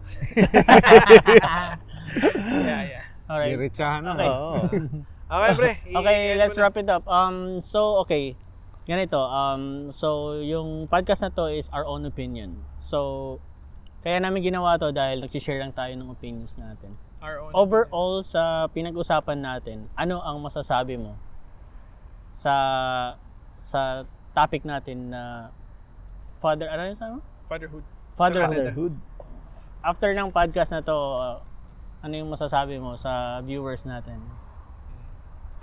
Speaker 2: Yeah, yeah.
Speaker 3: alright
Speaker 1: Diretsahan na.
Speaker 3: Okay.
Speaker 2: [LAUGHS]
Speaker 4: Oo.
Speaker 2: Okay, pre.
Speaker 3: [LAUGHS] Okay,
Speaker 2: I-end
Speaker 3: let's
Speaker 2: mo na.
Speaker 3: wrap it up. Um, so okay, ganito. Um, so yung podcast na to is our own opinion. So kaya namin ginawa to dahil nag-share lang tayo ng opinions natin.
Speaker 2: Our own.
Speaker 3: Overall sa pinag-usapan natin, ano ang masasabi mo sa sa topic natin na father ano yun sa
Speaker 2: Fatherhood.
Speaker 3: Fatherhood.
Speaker 2: Fatherhood.
Speaker 3: After ng podcast na to, uh, ano yung masasabi mo sa viewers natin?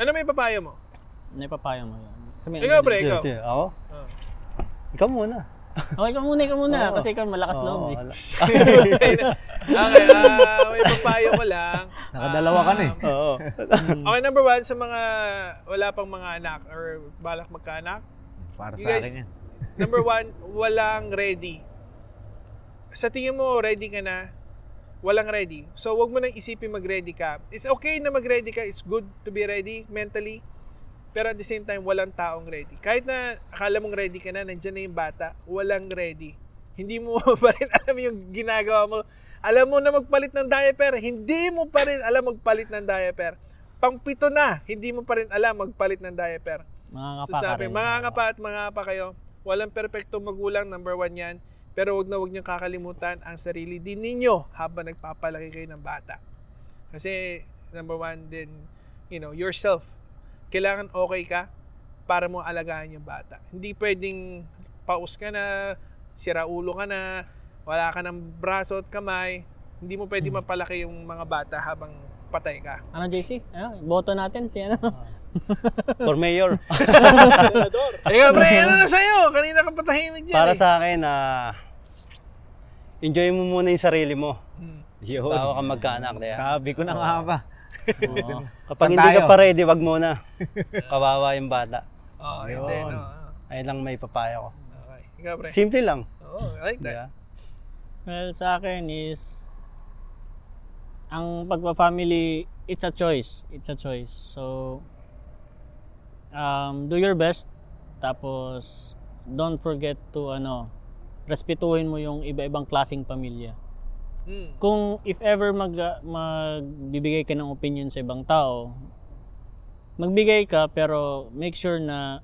Speaker 2: Ano may papayo mo?
Speaker 3: Naipapayo mo yun. Sabihin,
Speaker 2: Ikaw,
Speaker 3: ano
Speaker 2: pre,
Speaker 4: Sige,
Speaker 2: ikaw.
Speaker 4: sige. Ako?
Speaker 2: Ah.
Speaker 4: Ikaw muna.
Speaker 3: Okay, ikaw muna, ikaw muna.
Speaker 4: Oo.
Speaker 3: Kasi ikaw malakas loob eh.
Speaker 4: wala.
Speaker 2: okay, ah, may papayo ko lang.
Speaker 1: Nakadalawa ka na eh.
Speaker 4: Oo.
Speaker 3: Mm,
Speaker 2: Okay, number one, sa mga wala pang mga anak or balak magkaanak,
Speaker 1: Para
Speaker 2: you
Speaker 1: sa
Speaker 2: guys,
Speaker 1: akin yan.
Speaker 2: [LAUGHS]
Speaker 1: [LAUGHS]
Speaker 2: number one, walang ready. Sa tingin mo, ready ka na, walang ready. So, wag mo nang isipin mag-ready ka. It's okay na mag-ready ka. It's good to be ready mentally. Pero at the same time, walang taong ready. Kahit na akala mong ready ka na, nandyan na yung bata, walang ready. Hindi mo [LAUGHS] pa rin alam yung ginagawa mo. Alam mo na magpalit ng diaper, hindi mo pa rin alam magpalit ng diaper. Pangpito na, hindi mo pa rin alam magpalit ng diaper.
Speaker 3: Mga kapakarin.
Speaker 2: Sasabi, mga kapa at mga kapa kayo, walang perpektong magulang, number one yan. Pero wag na wag niyong kakalimutan ang sarili din ninyo habang nagpapalaki kayo ng bata. Kasi, number one din, you know, yourself. Kailangan okay ka para mo alagaan yung bata. Hindi pwedeng paus ka na, sira ulo ka na, wala ka ng braso at kamay. Hindi mo pwede
Speaker 4: Hmm.
Speaker 2: mapalaki yung mga bata habang patay ka.
Speaker 4: [LAUGHS]
Speaker 3: Ano, JC? Ano, boto natin si ano?
Speaker 4: For
Speaker 2: [LAUGHS]
Speaker 4: mayor.
Speaker 2: Ikaw, pre, ano na sa'yo? Kanina ka patahimik dyan. eh.
Speaker 4: Para sa akin, ah, enjoy mo muna yung sarili mo.
Speaker 2: Mm.
Speaker 1: Yun.
Speaker 4: Bago ka magkaanak. di ba?
Speaker 1: Sabi ko na nga ba.
Speaker 4: Kapag
Speaker 1: Saan
Speaker 4: hindi ka
Speaker 1: tayo?
Speaker 2: [LAUGHS]
Speaker 4: pa ready, wag muna. Kawawa yung bata.
Speaker 2: Oo,
Speaker 1: Yun.
Speaker 2: hindi, no.
Speaker 4: Ayun lang may papaya ko.
Speaker 2: oh, Okay. Ikaw, pre.
Speaker 4: Simple lang.
Speaker 2: Oh, I like
Speaker 4: Di
Speaker 2: that.
Speaker 4: ba?
Speaker 3: Well, sa akin is, ang pagpa-family, it's a choice. It's a choice. So, um, do your best. Tapos, don't forget to, ano, respetuhin mo yung iba-ibang klasing pamilya.
Speaker 2: Mm.
Speaker 3: Kung if ever mag, ah, magbibigay ka ng opinion sa ibang tao, magbigay ka pero make sure na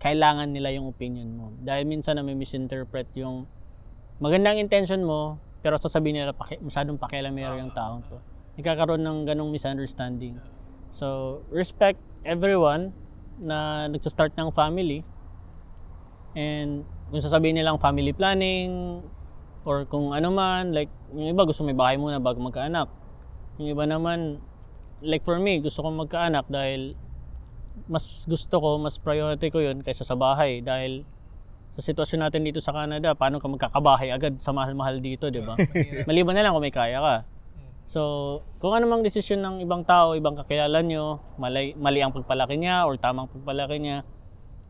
Speaker 3: kailangan nila yung opinion mo. Dahil minsan na may misinterpret yung magandang intention mo, pero sasabihin nila paki, masyadong pakialamero yung taong to. Nagkakaroon ng ganong misunderstanding. So, respect everyone na nagsastart ng family. And kung sasabihin nilang family planning, or kung ano man, like, yung iba gusto may bahay muna bago magkaanak. Yung iba naman, like for me, gusto kong magkaanak dahil mas gusto ko, mas priority ko yun kaysa sa bahay. Dahil sa sitwasyon natin dito sa Canada, paano ka magkakabahay agad sa mahal-mahal dito, di ba?
Speaker 2: Mahirap.
Speaker 3: Maliban na lang kung may kaya ka.
Speaker 2: Mm.
Speaker 3: So, kung ano mang desisyon ng ibang tao, ibang kakilala nyo, mali, mali ang pagpalaki niya or tamang pagpalaki niya,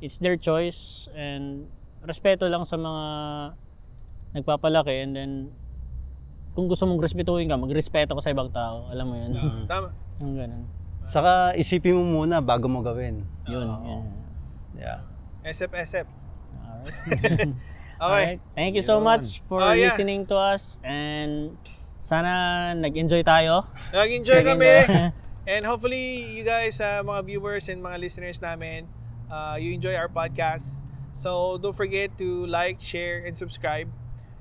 Speaker 3: it's their choice and respeto lang sa mga nagpapalaki and then kung gusto mong respetuhin ka, magrespeto ka sa ibang tao. Alam mo yun?
Speaker 2: Tama. Tama.
Speaker 3: [LAUGHS] Yung ganun.
Speaker 4: Saka isipin mo muna bago mo gawin.
Speaker 3: Yun.
Speaker 2: Ah, Oo.
Speaker 3: yun.
Speaker 4: Yeah.
Speaker 2: SF, SF.
Speaker 3: Alright.
Speaker 2: [LAUGHS] Okay.
Speaker 3: Alright. Thank you so
Speaker 1: Yun.
Speaker 3: much for
Speaker 2: Oh, yeah.
Speaker 3: listening to us and sana nag-enjoy tayo.
Speaker 2: Nag-enjoy
Speaker 3: [LAUGHS]
Speaker 2: kami. And hopefully, you guys, uh, mga viewers and mga listeners namin, uh, you enjoy our podcast. So, don't forget to like, share, and subscribe.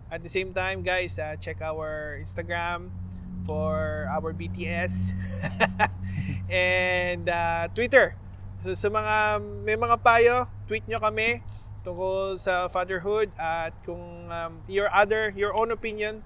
Speaker 2: At the same time, guys, uh, check our Instagram for our BTS. [LAUGHS] and uh, Twitter. So, sa mga, may mga payo, tweet nyo kami tungkol sa fatherhood at kung um, your other, your own opinion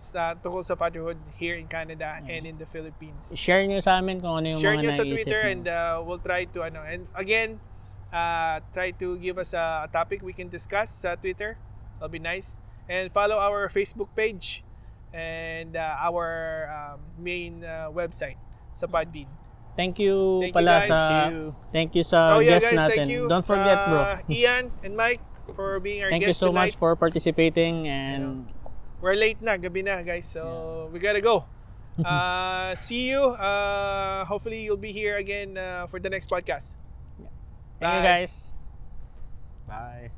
Speaker 2: sa tungkol sa fatherhood here in Canada and in the Philippines
Speaker 3: Share nyo sa amin kung ano yung
Speaker 2: share
Speaker 3: mga
Speaker 2: nyo sa
Speaker 3: naisip
Speaker 2: Twitter
Speaker 3: nyo.
Speaker 2: and uh, we'll try to ano and again uh, try to give us a, a topic we can discuss sa Twitter that'll be nice and follow our Facebook page and uh, our um, main uh, website sa Podbean
Speaker 3: Thank you
Speaker 2: Thank you, guys.
Speaker 3: pala sa
Speaker 4: See you.
Speaker 3: thank you sa
Speaker 2: oh yeah
Speaker 3: guest
Speaker 2: guys
Speaker 3: natin.
Speaker 2: thank you
Speaker 3: Don't forget,
Speaker 2: sa
Speaker 3: bro.
Speaker 2: Ian and Mike for being our
Speaker 3: Thank you
Speaker 2: guests
Speaker 3: so
Speaker 2: tonight
Speaker 3: much for participating and
Speaker 2: we're late na gabi na guys so we gotta go
Speaker 4: [LAUGHS]
Speaker 2: uh, see you uh, hopefully you'll be here again uh, for the next podcast
Speaker 3: thank
Speaker 2: Bye.
Speaker 3: you guys.
Speaker 4: Bye.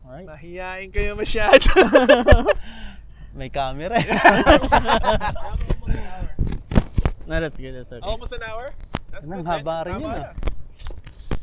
Speaker 3: Alright.
Speaker 2: mahihain kayo
Speaker 4: [LAUGHS]
Speaker 2: masyado
Speaker 4: May camera. eh.
Speaker 2: Almost an hour.
Speaker 3: No, that's good. That's okay.
Speaker 2: Almost an hour? That's
Speaker 4: Ang
Speaker 2: good, man.
Speaker 4: haba rin yun,
Speaker 2: Tama
Speaker 4: ah.
Speaker 2: na.